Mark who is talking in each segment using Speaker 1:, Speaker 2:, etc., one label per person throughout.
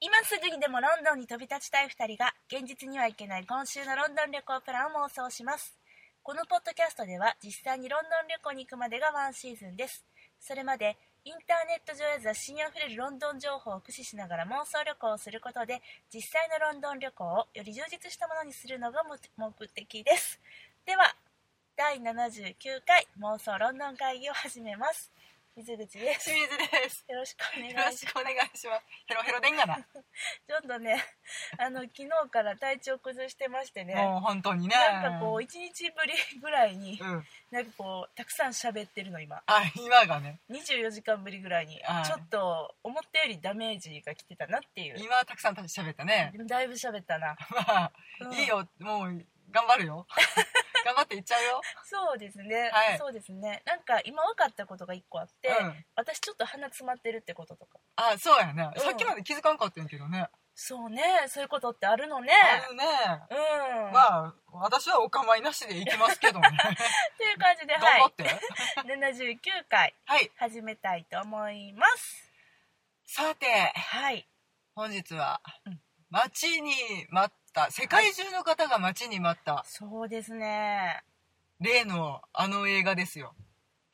Speaker 1: 今すぐにでもロンドンに飛び立ちたい2人が現実には行けない今週のロンドン旅行プランを妄想しますこのポッドキャストでは実際にロンドン旅行に行くまでがワンシーズンですそれまでインターネット上や雑誌にあふれるロンドン情報を駆使しながら妄想旅行をすることで実際のロンドン旅行をより充実したものにするのが目目的ですでは第79回妄想ロンドン会議を始めます水口です
Speaker 2: 清水です。
Speaker 1: よろしくお願い
Speaker 2: よ
Speaker 1: し
Speaker 2: ろ
Speaker 1: ます
Speaker 2: しくお願いします。ヘロヘロでんがな。
Speaker 1: ちょっとね、 あの昨日から体調崩してましてね、
Speaker 2: もう本当にね。
Speaker 1: なんかこう、1日ぶりぐらいに、
Speaker 2: うん。
Speaker 1: なんかこう、たくさん喋ってるの、今、
Speaker 2: あ、今がね、
Speaker 1: 24時間ぶりぐらいに
Speaker 2: は、い
Speaker 1: ちょっと思ったよりダメージが来てたなっていう、
Speaker 2: 今はたくさん喋ったね。
Speaker 1: だいぶ喋ったな、
Speaker 2: まあ、
Speaker 1: うん
Speaker 2: いいよ、もう頑張 るよ。頑張っていっちゃうよ。
Speaker 1: そうですね、
Speaker 2: はい
Speaker 1: そうですね、なんか今分かったことが1個あって、
Speaker 2: うん。
Speaker 1: 私、ちょっと鼻詰まってるってこととか、
Speaker 2: あ、そうやね。
Speaker 1: うん
Speaker 2: さっきまで気づかんかったんやけどね。
Speaker 1: そうね、そういうことってあるのね。
Speaker 2: あるね。
Speaker 1: うん、
Speaker 2: まあ、私はお構いなしで行きますけ どね。
Speaker 1: という感じで、
Speaker 2: 頑
Speaker 1: は
Speaker 2: 張
Speaker 1: い
Speaker 2: って。、
Speaker 1: 79回
Speaker 2: はい。
Speaker 1: 始めたいと思います。
Speaker 2: さて、
Speaker 1: はい、
Speaker 2: 本日は
Speaker 1: うん、
Speaker 2: 待ちに待った、世界中の方が待ちに待った、
Speaker 1: そうですね。
Speaker 2: 例のあの映画ですよ。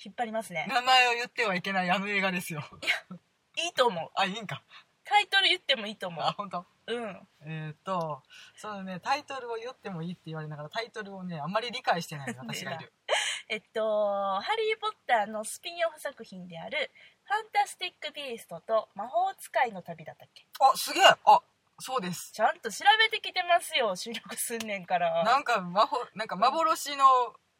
Speaker 1: 引っ張りますね。
Speaker 2: 名前を言ってはいけないあの映画ですよ。
Speaker 1: いいと思う。
Speaker 2: あ、いいんか。
Speaker 1: タイトル言ってもいいと思
Speaker 2: あ、本当。
Speaker 1: う。うん。
Speaker 2: えーっ、と、そのね、タイトルを言ってもいいって言われながら、タイトルをね、あんまり理解してない 私がいる。
Speaker 1: えっと、ハリー・ポッターのスピンオフ作品である、ファンタスティック・ビーストと魔法使いの旅だったっけ
Speaker 2: あ、すげえあ、そうです。
Speaker 1: ちゃんと調べてきてますよ、収録すんねんから。
Speaker 2: なんか、魔法、なんか幻の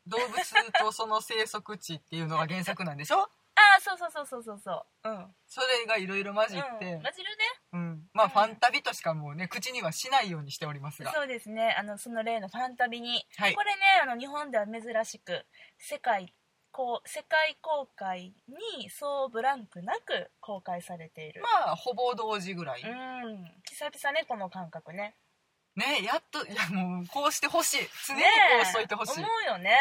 Speaker 2: 動物とその生息地っていうのが原作なんでしょ
Speaker 1: ああ、そうそうそうそうそうそう。うん。
Speaker 2: それがいろいろ混じっ
Speaker 1: う
Speaker 2: て
Speaker 1: ん、、バジル
Speaker 2: うん。ま
Speaker 1: う
Speaker 2: あ、
Speaker 1: ん
Speaker 2: ファンタビとしかもうね、口にはしないようにしております
Speaker 1: ね
Speaker 2: が。。
Speaker 1: そうですね。あの、その例のファンタビに。
Speaker 2: はい
Speaker 1: こ。れね、あの、日本では珍しく、世界、こう、世界公開に、そうブランクなく公開されている。
Speaker 2: まあ、ほぼ同時ぐらい。
Speaker 1: うん久々ねこの感覚ね
Speaker 2: ね、やっと、いや、もう、こうしてほしい。常に
Speaker 1: ね
Speaker 2: こうしといてほしい。
Speaker 1: 思うよね、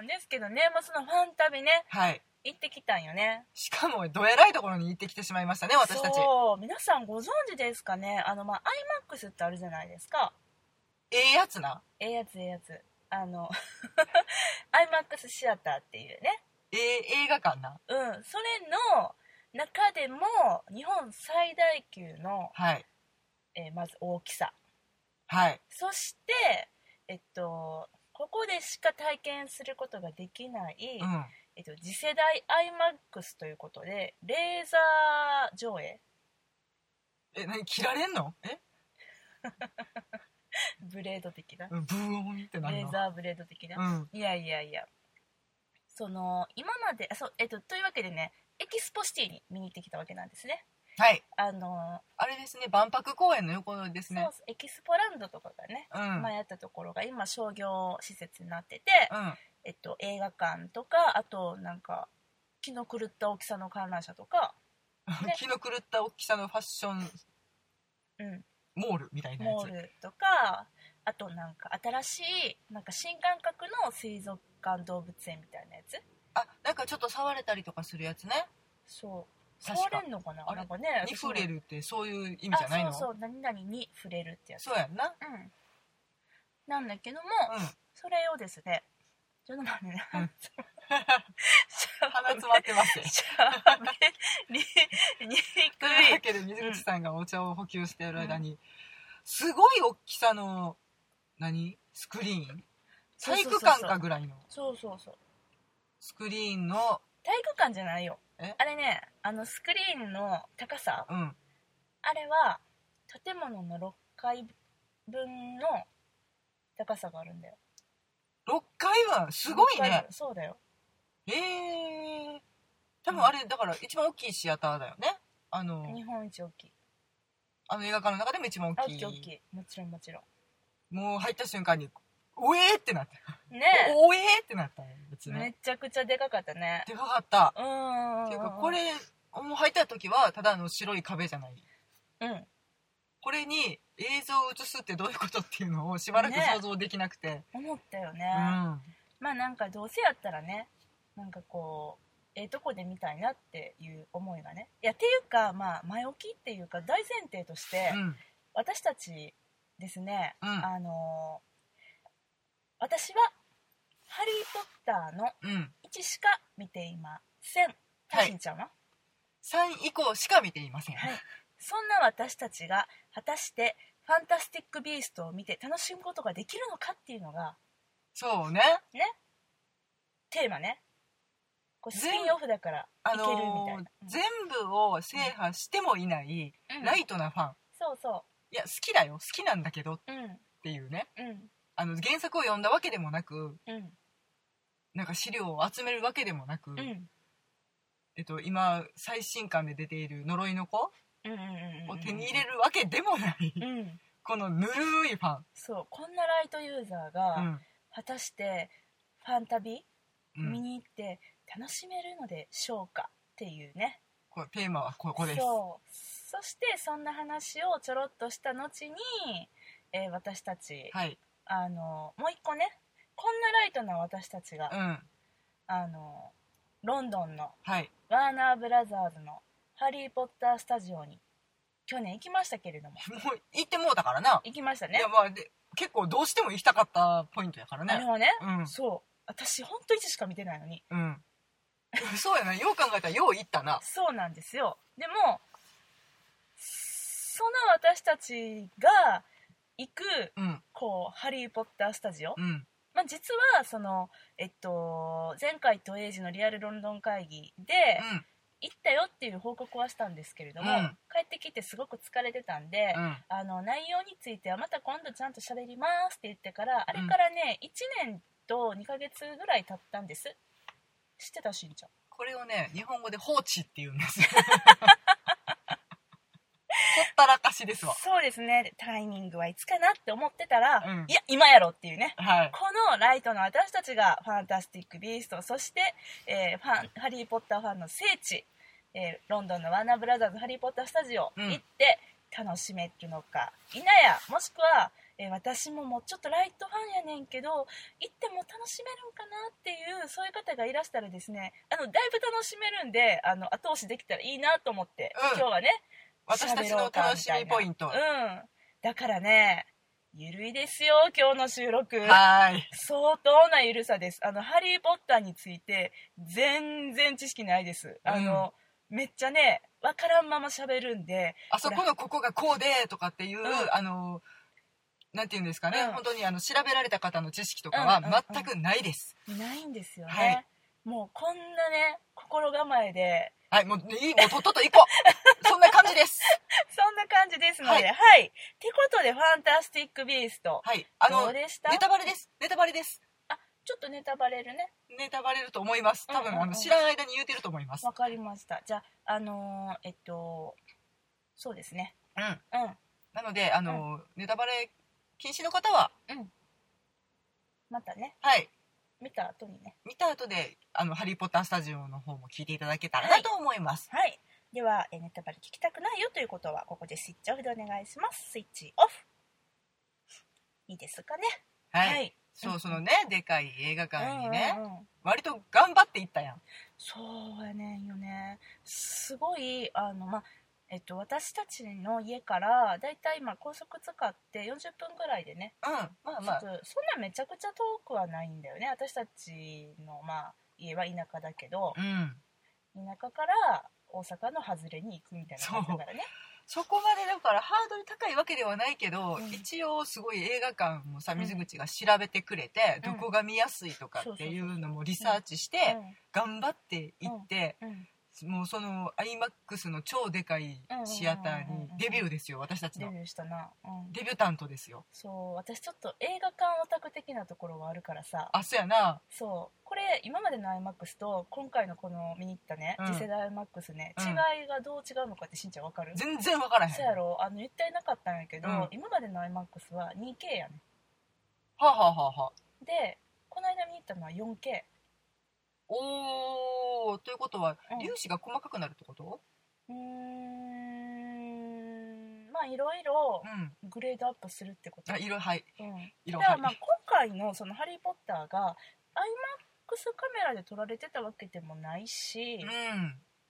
Speaker 1: うんですけどね、まあ、そのファン旅ね
Speaker 2: はい。
Speaker 1: 行ってきたんよね
Speaker 2: しかもどえらいところに行ってきてしまいましたね私たち
Speaker 1: そう皆さんご存知ですかねあのまあ iMAX ってあるじゃないですか
Speaker 2: ええやつな
Speaker 1: ええやつええやつあの iMAX シアターっていうね
Speaker 2: ええ映画館な
Speaker 1: うんそれの中でも日本最大級の、
Speaker 2: はい
Speaker 1: えーまず大きさ
Speaker 2: はい
Speaker 1: そしてえっとここでしか体験することができない、
Speaker 2: うん
Speaker 1: えっと、次世代 iMAX ということでレーザー上映
Speaker 2: え何切られんのえ
Speaker 1: ブレード的な
Speaker 2: うんブーオンってな
Speaker 1: レ
Speaker 2: る
Speaker 1: ー
Speaker 2: の
Speaker 1: ザーブレード的な、
Speaker 2: うん
Speaker 1: いやいやいやその今まであそう、えっと、というわけでねエキスポシティに見に行ってきたわけなんですね
Speaker 2: はい
Speaker 1: あの、
Speaker 2: あれですね万博公園の横ですね
Speaker 1: そうエキスポランドとかがね、
Speaker 2: うんうん
Speaker 1: 前あったところが今商業施設になってて、えっと、映画館とかあとなんか気の狂った大きさの観覧車とか、ね
Speaker 2: 気の狂った大きさのファッション
Speaker 1: うん、
Speaker 2: モールみたいなや
Speaker 1: モ
Speaker 2: つ
Speaker 1: ールとかあとなんか新しいなんか新感覚の水族館動物園みたいなやつ
Speaker 2: あなんかちょっと触れたりとかするやつね
Speaker 1: そう
Speaker 2: 確か
Speaker 1: 触れんのかな
Speaker 2: あれ
Speaker 1: なんかね
Speaker 2: に触れるってそういう意味じ
Speaker 1: あ
Speaker 2: ゃないの
Speaker 1: そうそう何々に触れるってやつ
Speaker 2: そうやんな
Speaker 1: うんなんだけども、
Speaker 2: うん
Speaker 1: それをですねちょっと待ってね、
Speaker 2: うん鼻
Speaker 1: 鼻
Speaker 2: 詰まってます
Speaker 1: しゃべりにく
Speaker 2: という わ
Speaker 1: い
Speaker 2: けで水口さんがお茶を補給している間に、すごい大きさの何スクリーン
Speaker 1: そう
Speaker 2: 体
Speaker 1: そうそう
Speaker 2: 育
Speaker 1: そう
Speaker 2: 館かぐらいの
Speaker 1: そうそうそう
Speaker 2: スクリーンの
Speaker 1: 体育館じゃないよ
Speaker 2: え
Speaker 1: あれねあのスクリーンの高さ
Speaker 2: うん
Speaker 1: あれは建物の6階分の高さがあるんだよ
Speaker 2: 6階はすごい
Speaker 1: 6階
Speaker 2: ね
Speaker 1: 分そうだよ
Speaker 2: えー、多分あれだから一番大きいシアターだよねあの
Speaker 1: 日本一大きい
Speaker 2: あの映画館の中でも一番
Speaker 1: あ大
Speaker 2: 大き
Speaker 1: き
Speaker 2: い
Speaker 1: い大きいもちろんもちろ
Speaker 2: もう入った瞬間に「おえー!」ってなった
Speaker 1: ん
Speaker 2: 「
Speaker 1: ね
Speaker 2: おえー!」ってなった別
Speaker 1: え
Speaker 2: にね
Speaker 1: めちゃくちゃでかかったね
Speaker 2: でかかった
Speaker 1: うーん
Speaker 2: っていうかこれもう入った時はただの白い壁じゃない
Speaker 1: うん
Speaker 2: これに映像を映すってどういうことっていうのをしばらく
Speaker 1: ね
Speaker 2: 想像できなくて、
Speaker 1: 思ったよね
Speaker 2: う、ん
Speaker 1: まあなんかどうせやったらねなんかこうえーどこで見たいなっていう思いがねいやっていうか、まあ、前置きっていうか大前提として、
Speaker 2: うん
Speaker 1: 私たちですね、
Speaker 2: うん
Speaker 1: あのー私は「ハリー・ポッター」の
Speaker 2: うん
Speaker 1: 1しか見ていません。たしんちゃんは、
Speaker 2: 3以降しか見ていません、
Speaker 1: はいそんな私たちが果たして「ファンタスティック・ビースト」を見て楽しむことができるのかっていうのが
Speaker 2: そうね
Speaker 1: テーマねこれス
Speaker 2: 全
Speaker 1: ピンオフだから
Speaker 2: あ
Speaker 1: いけるみたい
Speaker 2: の
Speaker 1: な
Speaker 2: ー、全部を制覇してもいない
Speaker 1: うん
Speaker 2: ライトなファン、
Speaker 1: そうそ
Speaker 2: いや好きだよ好きなんだけどっ
Speaker 1: ううん
Speaker 2: ていうね
Speaker 1: うん
Speaker 2: あの原作を読んだわけでもなく
Speaker 1: うん
Speaker 2: なんか資料を集めるわけでもなく、
Speaker 1: うんうん
Speaker 2: えっと、今最新刊で出ている「呪いの子」
Speaker 1: うんうんうん
Speaker 2: を手に入れるわけでもない、
Speaker 1: うん
Speaker 2: このぬるいファン、
Speaker 1: そうこんなライトユーザー
Speaker 2: う
Speaker 1: が
Speaker 2: ん
Speaker 1: 果たしてファン旅
Speaker 2: うん
Speaker 1: 見に行って楽しめるのでしょうかっていうね
Speaker 2: これテーマはここです
Speaker 1: そうそしてそんな話をちょろっとした後に、えー私たち
Speaker 2: はい
Speaker 1: あのもう一個ねこんなライトな私たちが、
Speaker 2: うん
Speaker 1: あのロンドンの
Speaker 2: はい
Speaker 1: ワーナーブラザーズのハリー・ポッター・スタジオに去年行きましたけれども
Speaker 2: もう行ってもうたからな、
Speaker 1: 行きました
Speaker 2: い
Speaker 1: ね
Speaker 2: やまあで結構どうしても行きたかったポイントやから
Speaker 1: あれ
Speaker 2: ね
Speaker 1: はね、
Speaker 2: うん
Speaker 1: そう私ほんと1しか見てないのに
Speaker 2: うん そうやなよう考えたらよう行ったな
Speaker 1: そうなんですよでもその私たちが行く
Speaker 2: うん
Speaker 1: こうハリー・ポッター・スタジオ、
Speaker 2: うん
Speaker 1: まあ、実はその、えっと、前回都営時のリアルロンドン会議で、
Speaker 2: うん
Speaker 1: 行ったよっていう報告はしたんですけれども、
Speaker 2: うん
Speaker 1: 帰ってきてすごく疲れてたんで、
Speaker 2: うん
Speaker 1: あの内容についてはまた今度ちゃんと喋りますって言ってからあ
Speaker 2: ん
Speaker 1: れからね1年と2ヶ月ぐらい経ったんです知ってたしんちゃん
Speaker 2: これをね日本語で放置って言うんですほったらかしですわ
Speaker 1: そうですねタイミングはいつかなって思ってたら、
Speaker 2: うん
Speaker 1: いや今やろっていうね
Speaker 2: はい
Speaker 1: このライトの私たちが「ファンタスティック・ビースト」そして、えーファンハリー・ポッターファンの聖地、えーロンドンのワーナーブラザーズハリー・ポッター・スタジオ
Speaker 2: うん
Speaker 1: 行って楽しめるのか、否やもしくは、えー私ももうちょっとライトファンやねんけど行っても楽しめるんかなっていうそういう方がいらしたらですねあのだいぶ楽しめるんであの後押しできたらいいなと思って、
Speaker 2: うん
Speaker 1: 今日はね
Speaker 2: 私たちの楽しみポイント
Speaker 1: うんだからねゆるいですよ今日の収録
Speaker 2: はーい
Speaker 1: 相当な緩さですあの「ハリー・ポッター」について全然知識ないですあの、めっちゃね分からんまま喋るんで
Speaker 2: あそこのここがこうでとかっていう、
Speaker 1: ん
Speaker 2: あのなんていうんですかね、
Speaker 1: うん
Speaker 2: 本当にあの調べられた方の知識とかは
Speaker 1: うんうんうん
Speaker 2: 全くないです、
Speaker 1: ないんですよね、
Speaker 2: はい
Speaker 1: もうこんなね心構えで
Speaker 2: はいもういいもうとっとと行こ うそんな感じです
Speaker 1: そんな感じですのでは、
Speaker 2: はいい
Speaker 1: ってことで「ファンタスティック・ビースト
Speaker 2: はいあ」
Speaker 1: どう
Speaker 2: の
Speaker 1: でした
Speaker 2: ネタバレですネタバレです
Speaker 1: ちょっとネタバレるね
Speaker 2: ネタバレると思います
Speaker 1: う
Speaker 2: 多分、
Speaker 1: んうんうん
Speaker 2: あの知らん間に言うてると思います
Speaker 1: わかりましたじゃああのーえっとそうですね
Speaker 2: うん
Speaker 1: うん
Speaker 2: なのであの、ネタバレ禁止の方は
Speaker 1: またね
Speaker 2: はい
Speaker 1: 見た後にね
Speaker 2: 見た後であのハリー・ポッタースタジオの方も聞いていただけたらなと思います、
Speaker 1: はい。では、えーネタバレ聞きたくないよということは、ここでスイッチオフでお願いします。スイッチオフ。いいですかね。
Speaker 2: はい、そうそのねでかい映画館にね、
Speaker 1: うんうんうん
Speaker 2: 割と頑張っていったやん
Speaker 1: そうやねんよね。すごい、あの、ま、えっと、私たちの家から、だいたい今、高速使って40分ぐらいでね、
Speaker 2: うんまあまあ
Speaker 1: ちょっとそんなめちゃくちゃ遠くはないんだよね。私たちの、まあ、家は田舎だけど、
Speaker 2: うん、
Speaker 1: 田舎から大阪の外れに行くみたいな感じだからね。
Speaker 2: そこまでだからハードル高いわけではないけど、
Speaker 1: うん
Speaker 2: 一応すごい映画館もさ
Speaker 1: ん
Speaker 2: 水口が調べてくれて、
Speaker 1: うん
Speaker 2: どこが見やすいとかっていうのもリサーチして頑張っていって、
Speaker 1: うん。うん。
Speaker 2: もうその iMAX の超でかいシアター
Speaker 1: うんうんうん
Speaker 2: に
Speaker 1: うん
Speaker 2: デビューですよ私たち
Speaker 1: デ
Speaker 2: の
Speaker 1: ビューしたな。うん。
Speaker 2: デビュータントですよ
Speaker 1: そう私ちょっと映画館オタク的なところがあるからさ
Speaker 2: あそうやな
Speaker 1: そうこれ今までの iMAX と今回のこの見に行ったね、
Speaker 2: うん
Speaker 1: 次世代 iMAX ね、
Speaker 2: うん
Speaker 1: 違いがどう違うのかってしんちゃんわかる
Speaker 2: 全然分からへん
Speaker 1: そうやろあの言ってなかったんやけど、
Speaker 2: うん
Speaker 1: 今までの iMAX は 2K やね
Speaker 2: はあ、はあはあはあ、
Speaker 1: でこの間見に行ったのは 4K
Speaker 2: おーということは
Speaker 1: うん
Speaker 2: 粒子が細かくなるってこと
Speaker 1: うーんまあいろいろ
Speaker 2: うん
Speaker 1: グレードアップするってこと
Speaker 2: あ色はい
Speaker 1: うん、
Speaker 2: 色
Speaker 1: ただ
Speaker 2: は
Speaker 1: まあ
Speaker 2: い
Speaker 1: 今回の「そのハリー・ポッター」がスカメラで撮られてたわけでもないし、
Speaker 2: うんう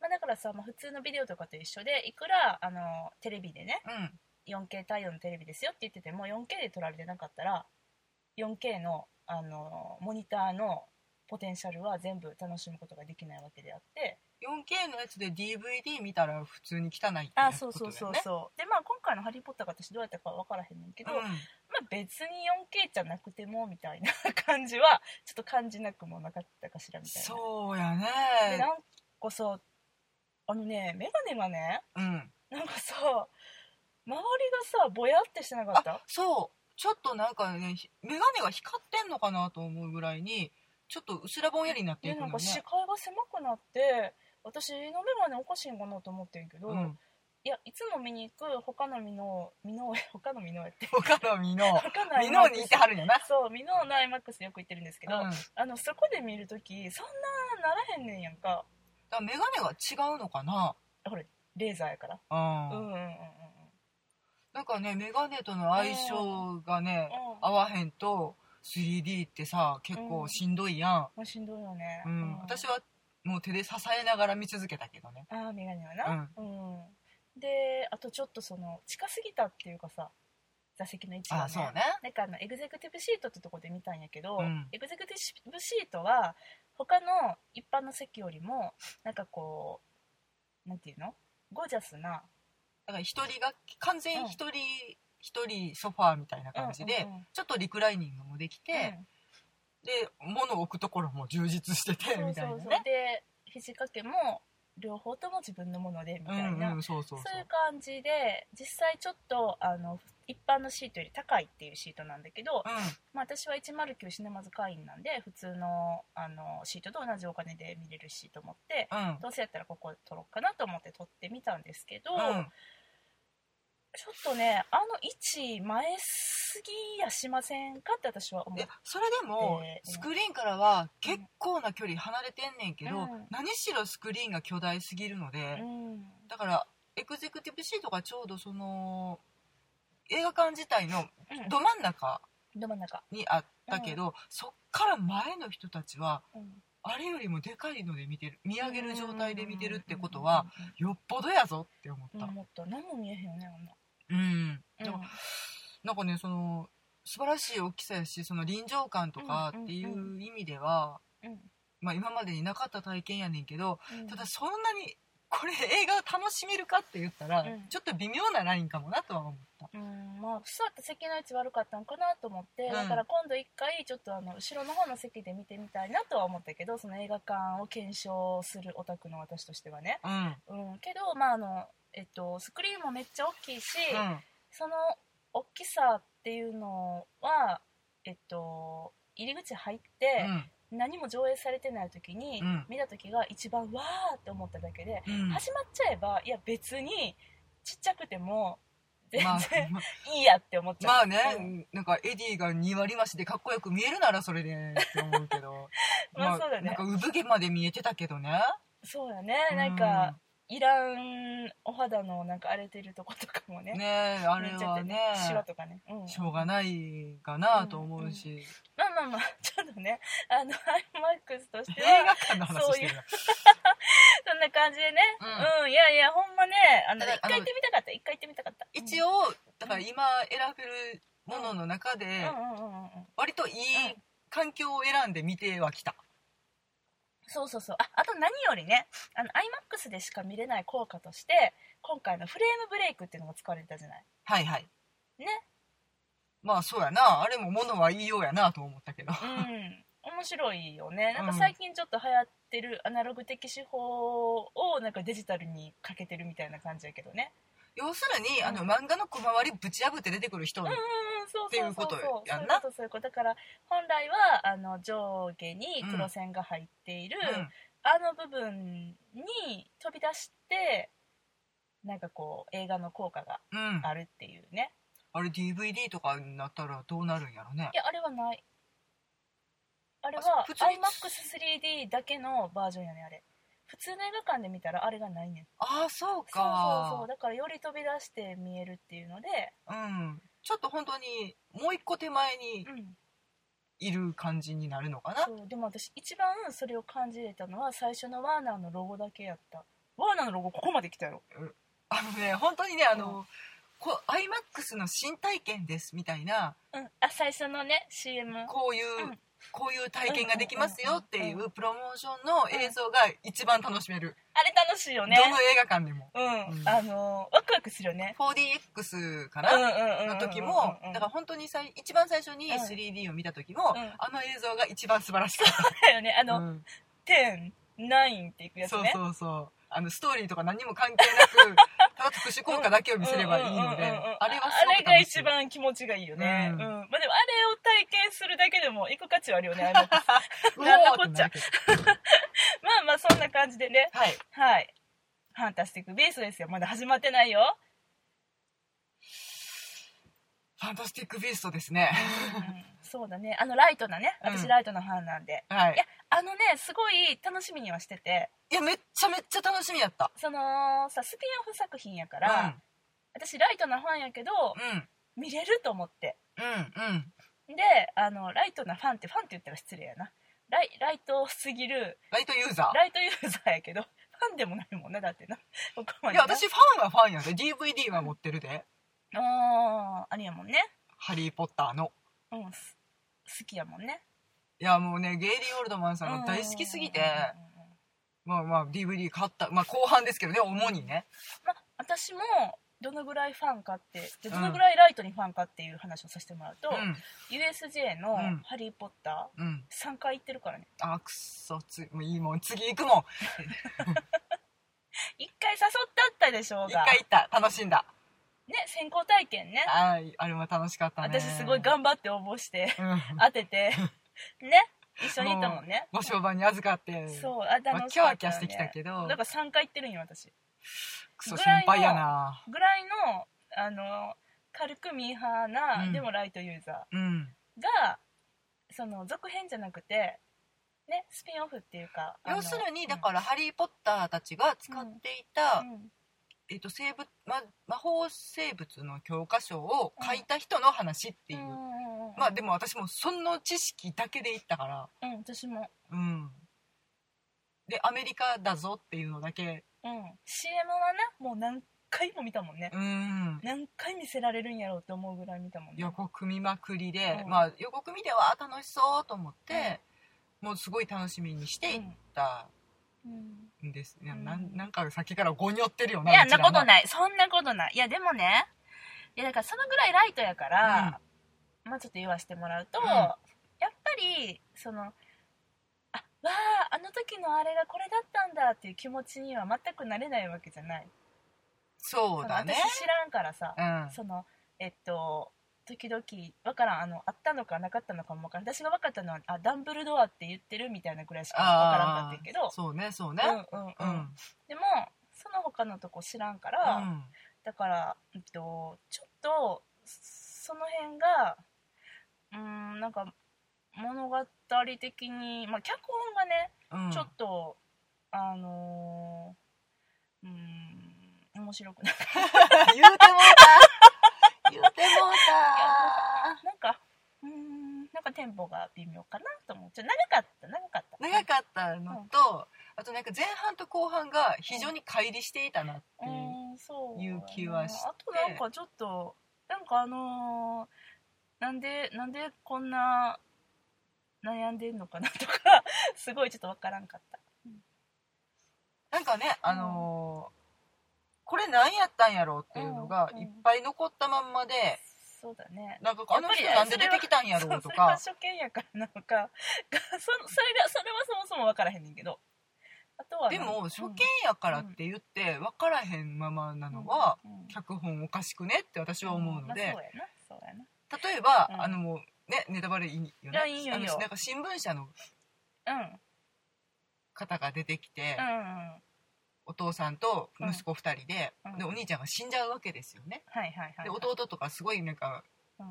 Speaker 1: ま
Speaker 2: ん
Speaker 1: あ、だからさ、まあ、普通のビデオとかと一緒でいくらあのテレビでね 4K 対応のテレビですよって言ってても 4K で撮られてなかったら 4K のあのモニターのポテンシャルは全部楽しむことができないわけであって、
Speaker 2: 4K のやつで DVD 見たら普通に汚いってい
Speaker 1: あそうそうそう
Speaker 2: ことだよね
Speaker 1: そう、でまあ今回の「ハリー・ポッター」が私どうやったか分からへんねんけど、まあ、別に 4K じゃなくてもみたいな感じはちょっと感じなくもなかったかしら
Speaker 2: うん
Speaker 1: みたいな。
Speaker 2: そうやね
Speaker 1: でなんかさあのね眼鏡がね
Speaker 2: うん
Speaker 1: なんかさ周りがさぼやってしてなかった
Speaker 2: そうちょっとなんかねひ眼鏡が光ってんのかなと思うぐらいにちょっとうすらぼんやりになってい
Speaker 1: で
Speaker 2: くの
Speaker 1: なん
Speaker 2: ね
Speaker 1: か視界が狭くなって私の眼鏡おかしいんかなと思ってんけど、
Speaker 2: うん、
Speaker 1: いやいつも見に行く他の美濃美濃 他の美濃やっ て
Speaker 2: 他の 美濃
Speaker 1: 他の
Speaker 2: 美濃にいては
Speaker 1: る
Speaker 2: るんや な、
Speaker 1: そう美濃のアイマックスでよく行ってるんですけど、
Speaker 2: うん、だか
Speaker 1: あのそこで見るときそんなならへんねんやんから
Speaker 2: 眼鏡が違うのかな
Speaker 1: レーザーやから
Speaker 2: うん
Speaker 1: うんうんうんうんうん
Speaker 2: なんかねメガネとの相性がね、合わへんと 3D ってさ結構しんどいや
Speaker 1: もうしんどいよね、
Speaker 2: ん、うん私はもう手で支えながら見続けたけどね
Speaker 1: ああ眼鏡はなうん、であとちょっとその近すぎたっていうかさ座席の位置が、ね、
Speaker 2: あそうね
Speaker 1: なんかあのエグゼクティブシートってとこで見たんやけど、
Speaker 2: うん
Speaker 1: エグゼクティブシートは他の一般の席よりもなんかこうなんていうのゴージャスな
Speaker 2: だから一人が完全一人、一人ソファーみたいな感じで、
Speaker 1: うんうんうん
Speaker 2: ちょっとリクライニングもできて、で物を置くところも充実してて
Speaker 1: うん
Speaker 2: みたいな
Speaker 1: そうそうそう
Speaker 2: ね
Speaker 1: で肘掛けも両方とも自分のものでみ
Speaker 2: う
Speaker 1: たいな、
Speaker 2: んうんそうそうそう
Speaker 1: そういう感じで実際ちょっとあの一般のシートより高いっていうシートなんだけど、まあ、私は109シネマズ会員なんで普通のあのシートと同じお金で見れるしと思って
Speaker 2: うんうん
Speaker 1: どうせやったらここ取ろうかなと思って取ってみたんですけど、
Speaker 2: うん
Speaker 1: ちょっとねあの位置前すぎやしませんかって私は思
Speaker 2: いうやそれでも
Speaker 1: で
Speaker 2: スクリーンからは結構な距離離れてんねんけど、
Speaker 1: うん
Speaker 2: 何しろスクリーンが巨大すぎるので、
Speaker 1: うん
Speaker 2: だからエグゼクティブシートがちょうどその映画館自体の
Speaker 1: うん
Speaker 2: ど真ん中
Speaker 1: ど真ん中、
Speaker 2: にあったけど、そっから前の人たちは
Speaker 1: うん
Speaker 2: あれよりもでかいので見てる見上げる状態で見てるってことは、よっぽどやぞって思
Speaker 1: う
Speaker 2: っ
Speaker 1: んうんうん
Speaker 2: た
Speaker 1: うん、もっと何も見えへんよねあんな
Speaker 2: うん、
Speaker 1: うん
Speaker 2: でもなんかねその素晴らしい大きさやしその臨場感とかってい
Speaker 1: んうん
Speaker 2: う意味では、
Speaker 1: うん
Speaker 2: まあ、今までになかった体験やねんけど
Speaker 1: うん
Speaker 2: ただそんなにこれ映画を楽しめるかって言ったら、
Speaker 1: うん
Speaker 2: ちょっと微妙なラインかもなとは思った
Speaker 1: うんまあ座った席の位置悪かったんかなと思って、
Speaker 2: うん
Speaker 1: だから今度一回ちょっとあの後ろの方の席で見てみたいなとは思ったけどその映画館を検証するオタクの私としてはね、
Speaker 2: うん、うん
Speaker 1: うん、けどまああの、えっと、スクリーンもめっちゃ大きいし、その大きさっていうのはえっと入り口入って、何も上映されてない時に、
Speaker 2: うん
Speaker 1: 見た時が一番わーって思っただけで、
Speaker 2: うんうん
Speaker 1: 始まっちゃえばいや別にちっちゃくても全
Speaker 2: まあ
Speaker 1: 然、いいやって思っちゃう
Speaker 2: まあ
Speaker 1: う
Speaker 2: ね、なんかエディが2割増しでかっこよく見えるならそれでって思うけど
Speaker 1: まあそうだね
Speaker 2: なんか産毛まで見えてたけどね
Speaker 1: そうやねなんか、いらんお肌のなんか荒れてるとことかも
Speaker 2: う
Speaker 1: ね
Speaker 2: んねあれ
Speaker 1: 見えちゃっ
Speaker 2: は
Speaker 1: て
Speaker 2: ね
Speaker 1: シワとかね、うん、
Speaker 2: しょうがないかなと思うし、
Speaker 1: まあまあまあ ちょっとねあのアイマックスとして
Speaker 2: 映
Speaker 1: は
Speaker 2: 画館の話してる
Speaker 1: そんな感じでね
Speaker 2: う
Speaker 1: うん、いやいやほんまねあの
Speaker 2: ただ
Speaker 1: 一回行ってみたかった一回行ってみたかった
Speaker 2: 一応だから今選べるものの中
Speaker 1: う
Speaker 2: で
Speaker 1: んうんうんうんうん
Speaker 2: 割といい環境を選んで見てはきた、
Speaker 1: そうそうそうああと何よりねあの iMAX でしか見れない効果として今回のフレームブレイクっていうのが使われてたじゃない
Speaker 2: はいはい
Speaker 1: ね
Speaker 2: まあそうやなあれも物は言いようやなと思ったけど
Speaker 1: うん、面白いよねなん
Speaker 2: う
Speaker 1: か
Speaker 2: ん
Speaker 1: 最近ちょっと流行ってるアナログ的手法をなんかデジタルにかけてるみたいな感じやけどね
Speaker 2: 要するに、
Speaker 1: うん
Speaker 2: あの漫画の小回りぶち破って出てくる人、
Speaker 1: うんうんうんそう
Speaker 2: ってい
Speaker 1: そう
Speaker 2: うこ
Speaker 1: そ
Speaker 2: と
Speaker 1: うそう
Speaker 2: やんな
Speaker 1: そういうことそういうことだから本来はあの上下に黒線が入っている、あの部分に飛び出してなんかこう映画の効果が
Speaker 2: うん、うん
Speaker 1: あるっていうね
Speaker 2: あれ DVD とかになったらどうなるんやろね
Speaker 1: いやあれはないあれは
Speaker 2: あ普通に
Speaker 1: iMAX3D だけのバージョンやねあれ普通の映画館で見たらあれがないねん
Speaker 2: ああそ
Speaker 1: そ
Speaker 2: う
Speaker 1: う
Speaker 2: か
Speaker 1: そうそうだからより飛び出して見えるっていうので、
Speaker 2: うんちょっと本当にもう一個手前に
Speaker 1: うん、
Speaker 2: いる感じになるのかな
Speaker 1: そうでも私一番それを感じれたのは最初のワーナーのロゴだけやったワーナーのロゴここまで来たやろ
Speaker 2: あのね本当にねあの、こう iMAX の新体験ですみたいな
Speaker 1: うんあ最初のね CM
Speaker 2: こうい
Speaker 1: う
Speaker 2: う、
Speaker 1: ん
Speaker 2: こういう体験ができますよってい
Speaker 1: うんうん
Speaker 2: うプロモーションの映像が一番楽しめる、
Speaker 1: あれ楽しいよね
Speaker 2: どの映画館でも
Speaker 1: うん、
Speaker 2: うん
Speaker 1: あのーワクワクするよね
Speaker 2: 4DX か
Speaker 1: うんうん
Speaker 2: な、
Speaker 1: うんうん
Speaker 2: の時も
Speaker 1: うんうん
Speaker 2: だから本当にさい一番最初に
Speaker 1: うん
Speaker 2: 3D を見た時も、
Speaker 1: うん
Speaker 2: あの映像が一番素晴らしかっ
Speaker 1: だよねあ
Speaker 2: た、
Speaker 1: の、
Speaker 2: うん
Speaker 1: 10、9っていくやつ
Speaker 2: そう
Speaker 1: ね
Speaker 2: そうそうあのストーリーとか何にも関係 なくただ特殊効果だけを見せればいいので
Speaker 1: うんうんうんうんうん
Speaker 2: あれはす
Speaker 1: あ
Speaker 2: ご
Speaker 1: れ
Speaker 2: く
Speaker 1: が
Speaker 2: 楽しい
Speaker 1: 一番気持ちがいいよね、う
Speaker 2: うんん
Speaker 1: まあでもあれを体験するだけでも行く価値はあるよ ねあのまあ
Speaker 2: うお
Speaker 1: なんだ
Speaker 2: ー
Speaker 1: こっ
Speaker 2: って
Speaker 1: ちゃ
Speaker 2: なるけど
Speaker 1: まあそんな感じでね
Speaker 2: はい
Speaker 1: はいファンタスティックベーストですよまだ始まってないよ、
Speaker 2: ファンタスティックビーストですね
Speaker 1: うんそうだねあのライトなね
Speaker 2: うん
Speaker 1: 私ライトなファンなんで、
Speaker 2: はい
Speaker 1: いやあのねすごい楽しみにはしてて
Speaker 2: いやめっちゃめっちゃ楽しみやった
Speaker 1: そのさスピンオフ作品やから、私ライトなファンやけど
Speaker 2: う
Speaker 1: 見れると思って
Speaker 2: んうんうん
Speaker 1: であのライトなファンってファンって言ったら失礼やなライライトすぎる
Speaker 2: ライトユーザ
Speaker 1: ライトユーザーやけどファンでもないもんなだってなここま
Speaker 2: ーい
Speaker 1: で
Speaker 2: や
Speaker 1: な
Speaker 2: 私ファンはファンやで DVD は持ってるで
Speaker 1: あーあれやもんね
Speaker 2: 「ハリー・ポッター」の
Speaker 1: うんす好きやもんね
Speaker 2: いやもうねゲイリー・オールドマンさんが大好きすぎて
Speaker 1: うんうんうんうん
Speaker 2: まあまあ DVD 買ったまあ後半ですけどね主にね
Speaker 1: まあ私もどのぐらいファンかってじゃあ
Speaker 2: うん
Speaker 1: どのぐらいライトにファンかっていう話をさせてもらうと、
Speaker 2: うん
Speaker 1: USJ の
Speaker 2: うん
Speaker 1: 「ハリー・ポッタ
Speaker 2: うん
Speaker 1: ー」3回行ってるからね
Speaker 2: あくそつもういいもん次行くもん
Speaker 1: 1回誘ったったでしょう
Speaker 2: 一
Speaker 1: が
Speaker 2: 回行った楽しんだ
Speaker 1: ね先行体験ね
Speaker 2: あーあれも楽しかったね
Speaker 1: 私すごい頑張って応募 して
Speaker 2: うん
Speaker 1: 当ててね一緒に行ったもんね
Speaker 2: ご商売に預かって
Speaker 1: そうあ
Speaker 2: まあ
Speaker 1: 楽し
Speaker 2: キャ
Speaker 1: か
Speaker 2: ワ
Speaker 1: っ
Speaker 2: キャ
Speaker 1: た
Speaker 2: してきた
Speaker 1: ね
Speaker 2: けど
Speaker 1: だから3回行ってるんよ私
Speaker 2: クソ心配やな
Speaker 1: ぐらいのあの軽くミーハーな、
Speaker 2: うん
Speaker 1: でもライトユーザ
Speaker 2: うん
Speaker 1: ーがその続編じゃなくてねスピンオフっていうかあの
Speaker 2: 要するにだから「ハリー・ポッター」たちが使っていた、
Speaker 1: うんうん
Speaker 2: えっと生物ま、魔法生物の教科書を書いた人の話っていう、
Speaker 1: うんうんうん
Speaker 2: まあでも私もその知識だけでいったから
Speaker 1: うん私も、
Speaker 2: うんでアメリカだぞっていうのだけ
Speaker 1: うん、CM はなもう何回も見たもんね、
Speaker 2: うん
Speaker 1: 何回見せられるんやろうって思うぐらい見たもんね
Speaker 2: 予告見まくりで、
Speaker 1: うん
Speaker 2: まあ予告見ては楽しそうと思って、もうすごい楽しみにしていった
Speaker 1: うん
Speaker 2: んです、いや
Speaker 1: うん
Speaker 2: なんなんかさっきからゴニョってるよ
Speaker 1: い
Speaker 2: な
Speaker 1: や
Speaker 2: うちら
Speaker 1: なことないそんなことないいやでもねいやだからそのぐらいライトやから、まあちょっと言わしてもらうと、
Speaker 2: うん
Speaker 1: やっぱりそのあわああの時のあれがこれだったんだっていう気持ちには全くなれないわけじゃない
Speaker 2: そうだね
Speaker 1: その私知らんからさ、
Speaker 2: うん
Speaker 1: そのえっと時々わからんあのあったのかなかったのかもわからん私が分かったのはあダンブルドアって言ってるみたいなぐらいしかわからんかったけど
Speaker 2: あーそうねそうね
Speaker 1: うんうん
Speaker 2: う
Speaker 1: うん、
Speaker 2: ん
Speaker 1: でもその他のとこ知らんから、
Speaker 2: うん
Speaker 1: だから、えっと、ちょっとその辺がうーんなんか物語的に、まあ、脚本がね、
Speaker 2: うん
Speaker 1: ちょっとあのー、うーん面白くない
Speaker 2: 言うてもうた言うてもうた
Speaker 1: なんかうーんなんかテンポが微妙かなと思うちょっと長かった長かった
Speaker 2: 長かったのとあとなんか前半と後半が非常に乖離していたなっていうう、
Speaker 1: ーんそう
Speaker 2: いう気はして
Speaker 1: あとなんかちょっとなんかあのーなんでなんでこんな悩んでんのかなとか すごいちょっとわからんかった
Speaker 2: なんかねあのーこれ何やったんやろうっていうのが
Speaker 1: うん
Speaker 2: いっぱい残ったまんまで、
Speaker 1: そうだね
Speaker 2: なんかあの人
Speaker 1: やっぱり
Speaker 2: なんで出てきたんや
Speaker 1: そう
Speaker 2: ろうと
Speaker 1: それは
Speaker 2: か
Speaker 1: 初見やからなのか そそれがそれはそもそもわからへんねんけどあとは
Speaker 2: でも初見
Speaker 1: や
Speaker 2: やからって言って分からへんままなのは脚本おかしくねって私は思うので、
Speaker 1: そうやなそうやな
Speaker 2: 例えば、
Speaker 1: うん
Speaker 2: あのもうねネタバレいいよ
Speaker 1: いや
Speaker 2: ね
Speaker 1: いいよいいよ
Speaker 2: あのなんか新聞社の
Speaker 1: うん
Speaker 2: 方が出てきて、
Speaker 1: うんうん
Speaker 2: お父さんと息子2人で,、
Speaker 1: うん
Speaker 2: でお兄ちゃんが死んじゃうわけですよね、
Speaker 1: はいはいはい
Speaker 2: で弟とかすごいなんか、
Speaker 1: うん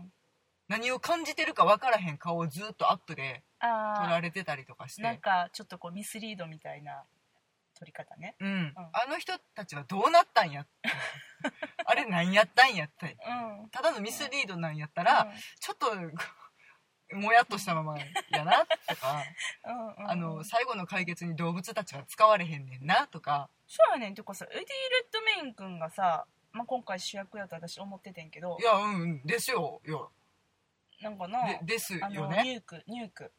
Speaker 2: 何を感じてるか分からへん顔をずっとアップで撮
Speaker 1: あ
Speaker 2: られてたりとかし
Speaker 1: ーなん
Speaker 2: て、
Speaker 1: かちょっとこうミスリードみたいな取り方ね
Speaker 2: うんあの人たちはどうなったんやって あれ何やったんやって
Speaker 1: うん
Speaker 2: ただのミスリードなんやったら、
Speaker 1: うん
Speaker 2: ちょっと もやっとしたままやなとか
Speaker 1: うんうんうん
Speaker 2: あの最後の解決に動物たちは使われへんねんなとか
Speaker 1: そうやねんてかさエディ・レッドメイン君がさ、まあ、今回主役やと私思っててんけど
Speaker 2: いやうんうんですよいや
Speaker 1: なんかな
Speaker 2: でです
Speaker 1: あの
Speaker 2: よね
Speaker 1: ニュークニューク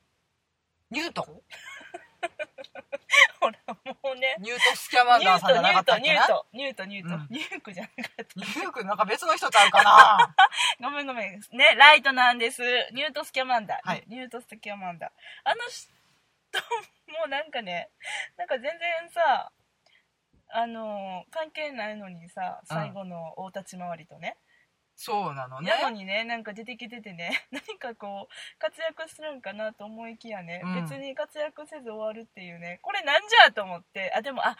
Speaker 2: ニュートン
Speaker 1: ほらもうね
Speaker 2: ニュートスキャマン
Speaker 1: ニュ
Speaker 2: ダ
Speaker 1: ー
Speaker 2: ーさんじゃなかったっ
Speaker 1: トニ
Speaker 2: け
Speaker 1: ュ
Speaker 2: な
Speaker 1: ートニュートニュートニュート、
Speaker 2: うん
Speaker 1: ニュークじゃなかっ
Speaker 2: ニュークなんか別の人ちゃうかな
Speaker 1: たごめんごめんねライトなんですニュートスキャマンダ、
Speaker 2: はい
Speaker 1: ニュートスキャマンダあの人もうなんかねなんか全然さあの関係ないのにさ最後の大立ち回りとね、
Speaker 2: そうなのね
Speaker 1: なのにねなんか出てきててね 何かこう活躍するんかなと思いきやね、
Speaker 2: うん
Speaker 1: 別に活躍せず終わるっていうねこれなんじゃと思ってあでもあ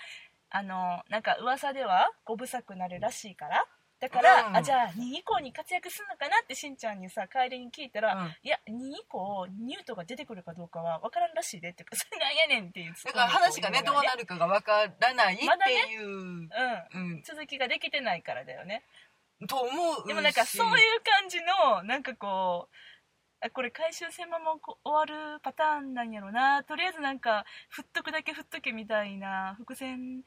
Speaker 1: あのなんか噂では五部作なるらしいからだから、
Speaker 2: うん
Speaker 1: あじゃあ2以降に活躍するのかなってしんちゃんにさ帰りに聞いたら、
Speaker 2: うん
Speaker 1: いや2以降ニュートが出てくるかどうかは分からんらしいでっていうかそれなんやねんっていうツ
Speaker 2: だ
Speaker 1: ッ
Speaker 2: から
Speaker 1: コミ
Speaker 2: 話がねどうなるかがわからないって
Speaker 1: まだね
Speaker 2: いう、
Speaker 1: うん
Speaker 2: うん、
Speaker 1: 続きができてないからだよね
Speaker 2: と思う
Speaker 1: でもなんか
Speaker 2: し
Speaker 1: そういう感じのなんかこうあこれ回収戦ももう終わるパターンなんやろなとりあえずなんか振っとくだけ振っとけみたいな伏線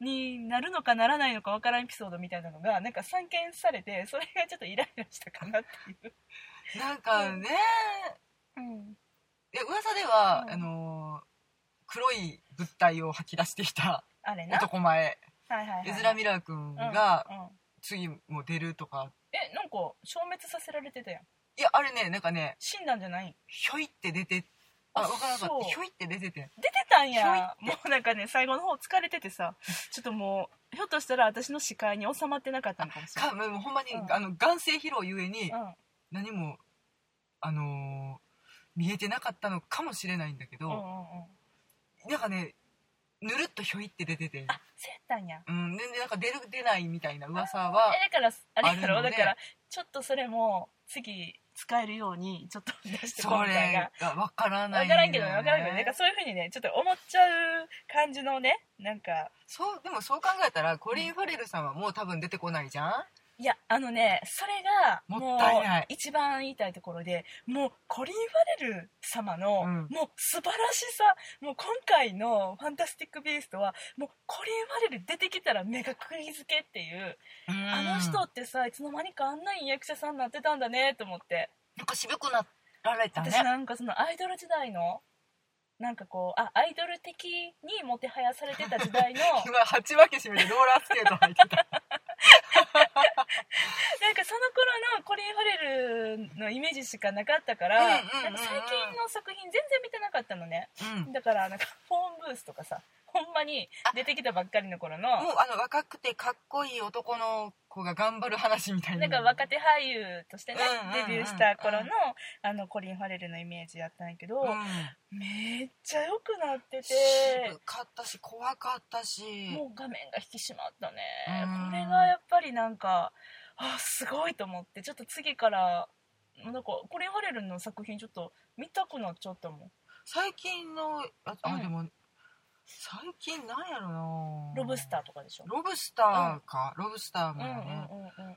Speaker 1: になるのかならないのかわからんエピソードみたいなのがなんか散見されてそれがちょっとイライラしたかなっていう、
Speaker 2: なんかね
Speaker 1: うん、
Speaker 2: え噂では、
Speaker 1: うん
Speaker 2: あのー黒い物体を吐き出してきた
Speaker 1: あれな、はい
Speaker 2: 男前
Speaker 1: はいはい、
Speaker 2: エズラ・ミラー君が
Speaker 1: うんうん
Speaker 2: 次も出るとか
Speaker 1: えなんか消滅させられてたやん
Speaker 2: いやあれねなんかね
Speaker 1: 死んだんじゃない
Speaker 2: ひょいって出てあ
Speaker 1: あ
Speaker 2: 分からなかっ
Speaker 1: そう
Speaker 2: たひょいって出てて
Speaker 1: 出てたん
Speaker 2: ひょい
Speaker 1: やもうなんかね最後の方疲れててさちょっともうひょっとしたら私の視界に収まってなかったのかもしれない
Speaker 2: かもうほんまに、
Speaker 1: うん
Speaker 2: あの眼性疲労ゆえに、
Speaker 1: うん
Speaker 2: 何もあのー見えてなかったのかもしれないんだけ
Speaker 1: うんうんうん
Speaker 2: ど、なんかねぬるっとひょいって出てて
Speaker 1: あそうやったんや
Speaker 2: うん、でなんか出る出ないみたいな噂は
Speaker 1: えだからあれやろ
Speaker 2: あるの
Speaker 1: だ
Speaker 2: で
Speaker 1: からちょっとそれも次使えるようにちょっと出して
Speaker 2: そ
Speaker 1: こうみたいな
Speaker 2: れが分からない
Speaker 1: 分か
Speaker 2: んだよ
Speaker 1: ら
Speaker 2: ね
Speaker 1: んけどね分からんけどねなんかそういうふうにねちょっと思っちゃう感じのねなんか
Speaker 2: そうでもそう考えたらコリン・ファレルさんはもう多分出てこないじゃん
Speaker 1: いやあのねそれが
Speaker 2: も
Speaker 1: もう
Speaker 2: ったいない
Speaker 1: 一番言いたいところでもうコリン・ファレル様の、
Speaker 2: うん
Speaker 1: もう素晴らしさもう今回の「ファンタスティック・ビーストは」もうコリン・ファレル出てきたら目が釘付けっていうあの人
Speaker 2: な
Speaker 1: ってさいつの間にかあんないい役者さんになってたんだねと思って
Speaker 2: んか渋くなられたね
Speaker 1: 私なんかそのアイドル時代のなんかこうあアイドル的にもてはやされてた時 代のなん
Speaker 2: 今鉢分け締めてローラースケート履いてた
Speaker 1: かその頃のコリン・ファレルのイメージしかなかったから
Speaker 2: うんうんうんうん
Speaker 1: なんか最近の作品全然見てなかったのね
Speaker 2: うんもう
Speaker 1: だからなんかフォーンブースとかさほんまに出てきたばっかりの頃の
Speaker 2: あの若くてかっこいい男の子が頑張る話みたい
Speaker 1: な
Speaker 2: な
Speaker 1: んか若手俳優としてね
Speaker 2: うんうんうんうん
Speaker 1: デビューした頃のあのコリン・ファレルのイメージやったんやけど、
Speaker 2: うん
Speaker 1: めっちゃ良くなってて
Speaker 2: 渋かったし怖かったし
Speaker 1: もう画面が引き締まったね
Speaker 2: うん
Speaker 1: これがやっぱりなんかあすごいと思ってちょっと次からなんかコリン・ファレルの作品ちょっと見たくなっちゃったもん
Speaker 2: 最近のああ
Speaker 1: うん
Speaker 2: でも、最近なんやろな
Speaker 1: 「ロブスター」とかでしょ
Speaker 2: ロブスターか、ロブス
Speaker 1: う
Speaker 2: ター
Speaker 1: んう
Speaker 2: も
Speaker 1: んう
Speaker 2: ね、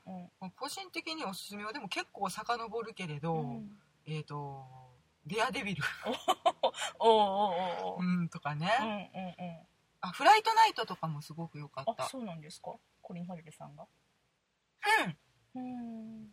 Speaker 1: んうん
Speaker 2: まあ個人的におすすめはでも結構遡るけれ
Speaker 1: う
Speaker 2: ど、
Speaker 1: んうん
Speaker 2: えっ、と「デアデビル
Speaker 1: おうおうおうお」う
Speaker 2: うんとかね、
Speaker 1: うんうんうん
Speaker 2: あ「フライトナイト」とかもすごく良かった
Speaker 1: あそうなんですかコリン・ファレルさんが
Speaker 2: う
Speaker 1: う
Speaker 2: ん
Speaker 1: ん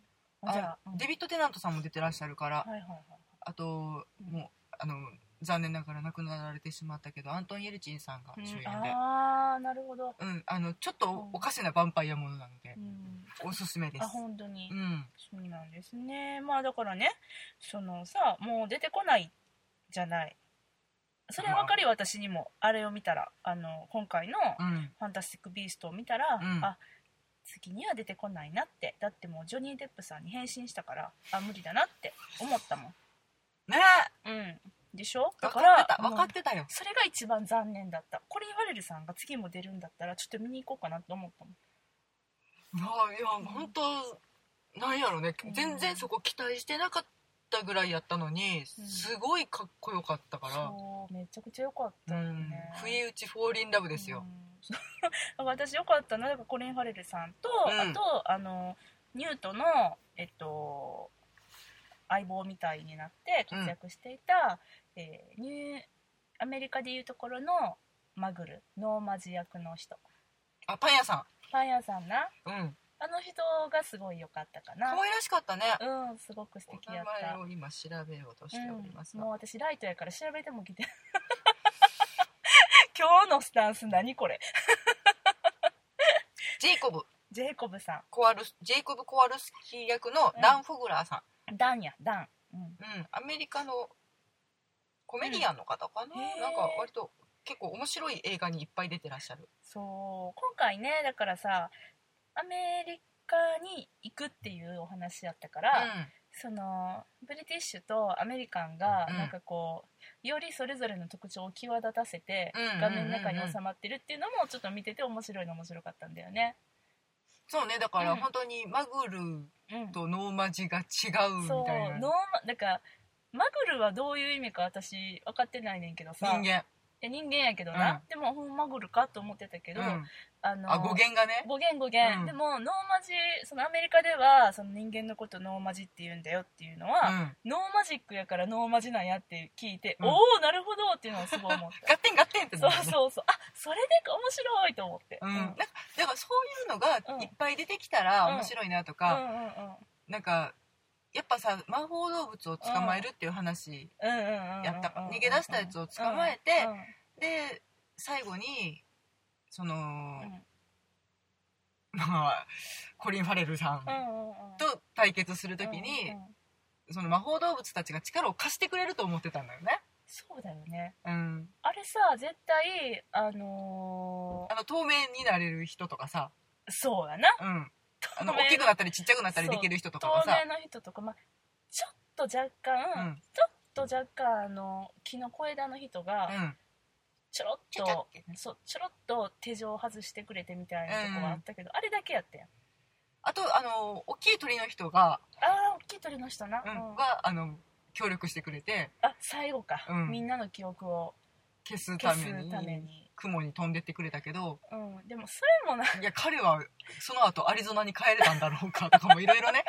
Speaker 2: あ
Speaker 1: じゃあうん
Speaker 2: デビッド・テナントさんも出てらっしゃるから
Speaker 1: はいはいはい
Speaker 2: あと
Speaker 1: うん
Speaker 2: もうあの残念ながら亡くなられてしまったけどアントン・イェルチンさんが主演
Speaker 1: うん
Speaker 2: で、
Speaker 1: ああなるほど
Speaker 2: うんあのちょっとおかしなヴァンパイアものなので
Speaker 1: う、ん
Speaker 2: おすすめです
Speaker 1: あ本当に
Speaker 2: うん
Speaker 1: そうなんですねまあだからねそのさもう出てこないじゃないそれ分かるよ私にもあれを見たらあの今回の「
Speaker 2: うん
Speaker 1: ファンタスティック・ビースト」を見たら、
Speaker 2: うん
Speaker 1: あ次には出てこないなってだってもうジョニー・デップさんに変身したからあ無理だなって思ったもん
Speaker 2: ね
Speaker 1: うんでしょだ
Speaker 2: 分
Speaker 1: か
Speaker 2: からってた分かっ
Speaker 1: うん
Speaker 2: てたよ、
Speaker 1: それが一番残念だったコリン・ファレルさんが次も出るんだったらちょっと見に行こうかなと思ったもん
Speaker 2: いやいや本当なんやろね
Speaker 1: うん
Speaker 2: 全然そこ期待してなかったぐらいやったのに
Speaker 1: うん
Speaker 2: すごいかっこよかったか
Speaker 1: そうめちゃくちゃ良かった
Speaker 2: ら、う
Speaker 1: よ
Speaker 2: ん
Speaker 1: ね、
Speaker 2: 不意打ちフォーリンラブですよ、
Speaker 1: うん。 そう私よかったのはだからコリン・ファレルさんと、
Speaker 2: うん
Speaker 1: あとあのニュートのえっと相棒みたいになって活躍していた、えーニューアメリカでいうところのマグルノーマジ役の人
Speaker 2: あパン屋さ
Speaker 1: パン屋さんなん
Speaker 2: うん
Speaker 1: あの人がすごい良かったかな
Speaker 2: 可愛らしかったね
Speaker 1: うんすごく素
Speaker 2: お
Speaker 1: 敵や
Speaker 2: 名
Speaker 1: った
Speaker 2: 前を今調べようとしております
Speaker 1: うん
Speaker 2: が、
Speaker 1: もう私ライトやから調べてもき て今日のスタンス何これ
Speaker 2: ジェイコブ
Speaker 1: ジェイコブさ
Speaker 2: コアルスジェイコブ・コアルスキー役のダン・フォグラーさ
Speaker 1: んダンやダン、うん、
Speaker 2: ん、うん、アメリカのコメディアンの方かな、
Speaker 1: うんへー
Speaker 2: なんか割と結構面白い映画にいっぱい出てらっしゃる
Speaker 1: そう今回ねだからさアメリカに行くっていうお話やったから、そのブリティッシュとアメリカンが
Speaker 2: うん
Speaker 1: なんかこうよりそれぞれの特徴を際立たせて
Speaker 2: うんうんうんうん
Speaker 1: 画面の中に収まってるっていうのもちょっと見てて面白いの面白かったんだよね。
Speaker 2: そうねだから
Speaker 1: うん
Speaker 2: 本当にマグル
Speaker 1: うん、
Speaker 2: とノーマジが違うみ
Speaker 1: そうノ
Speaker 2: た
Speaker 1: ー
Speaker 2: い
Speaker 1: マ
Speaker 2: な
Speaker 1: なんかマグルはどういう意味か私分かってないねんけど
Speaker 2: 人
Speaker 1: さ
Speaker 2: 間、
Speaker 1: いや人間やけどな、
Speaker 2: う
Speaker 1: でもほんまマグルかと思ってたけ
Speaker 2: う
Speaker 1: ど、
Speaker 2: ん、
Speaker 1: あの
Speaker 2: あ語源がね
Speaker 1: 語源語源、
Speaker 2: うん
Speaker 1: でもノーマジそのアメリカではその人間のことノーマジって言うんだよっていうのは、
Speaker 2: うん
Speaker 1: ノーマジックやからノーマジなんやって聞いて、
Speaker 2: うん
Speaker 1: おおなるほどっていうのをすごい思っ
Speaker 2: ガッテンガッテンって
Speaker 1: た
Speaker 2: な
Speaker 1: そう
Speaker 2: るね
Speaker 1: そうそうあそれでか面白いと思って、
Speaker 2: うん、
Speaker 1: うんう
Speaker 2: なんんかだからそういうのがいっぱい出てきたら
Speaker 1: うん
Speaker 2: 面白いなとか、
Speaker 1: う
Speaker 2: なんかやっぱさ魔法動物を捕まえるっていう話
Speaker 1: んうんうんうんうんうん
Speaker 2: やった逃げ出したやつを捕まえて
Speaker 1: うんうん
Speaker 2: で最後にその、
Speaker 1: うん
Speaker 2: まあコリン・ファレルさん
Speaker 1: うんうんうん
Speaker 2: と対決する時に、
Speaker 1: うんうん
Speaker 2: その魔法動物たちが力を貸してくれると思ってたんだよね、
Speaker 1: そうだよね
Speaker 2: うん、
Speaker 1: あれさ絶対あのー
Speaker 2: あの透明になれる人とかさ、
Speaker 1: そうやな
Speaker 2: うん、あ
Speaker 1: 透
Speaker 2: の
Speaker 1: 明の
Speaker 2: 大きくなったりちっちゃくなったりできる人とか
Speaker 1: 透
Speaker 2: がさ
Speaker 1: 明の人とか、まあ、ちょっと若干、
Speaker 2: うん
Speaker 1: ちょっと若干あの木の小枝の人
Speaker 2: う
Speaker 1: が
Speaker 2: ん
Speaker 1: ちょろっ
Speaker 2: ちょちょ
Speaker 1: と
Speaker 2: っ、てね
Speaker 1: そうちょろっと手錠を外してくれてみたいなとこはあったけど、あれだけやったやん
Speaker 2: あとあの大きい鳥の人が、
Speaker 1: ああ大きい鳥の人な、
Speaker 2: うん
Speaker 1: うん
Speaker 2: があの協力してくれて
Speaker 1: あ最後か、
Speaker 2: うん
Speaker 1: みんなの記憶を
Speaker 2: 消す
Speaker 1: 消
Speaker 2: た
Speaker 1: す
Speaker 2: めに
Speaker 1: ために、
Speaker 2: 雲に飛んでってくれたけど
Speaker 1: うん、でもそれもない
Speaker 2: や彼はその後アリゾナに帰れたんだろうかとかもいろい ろね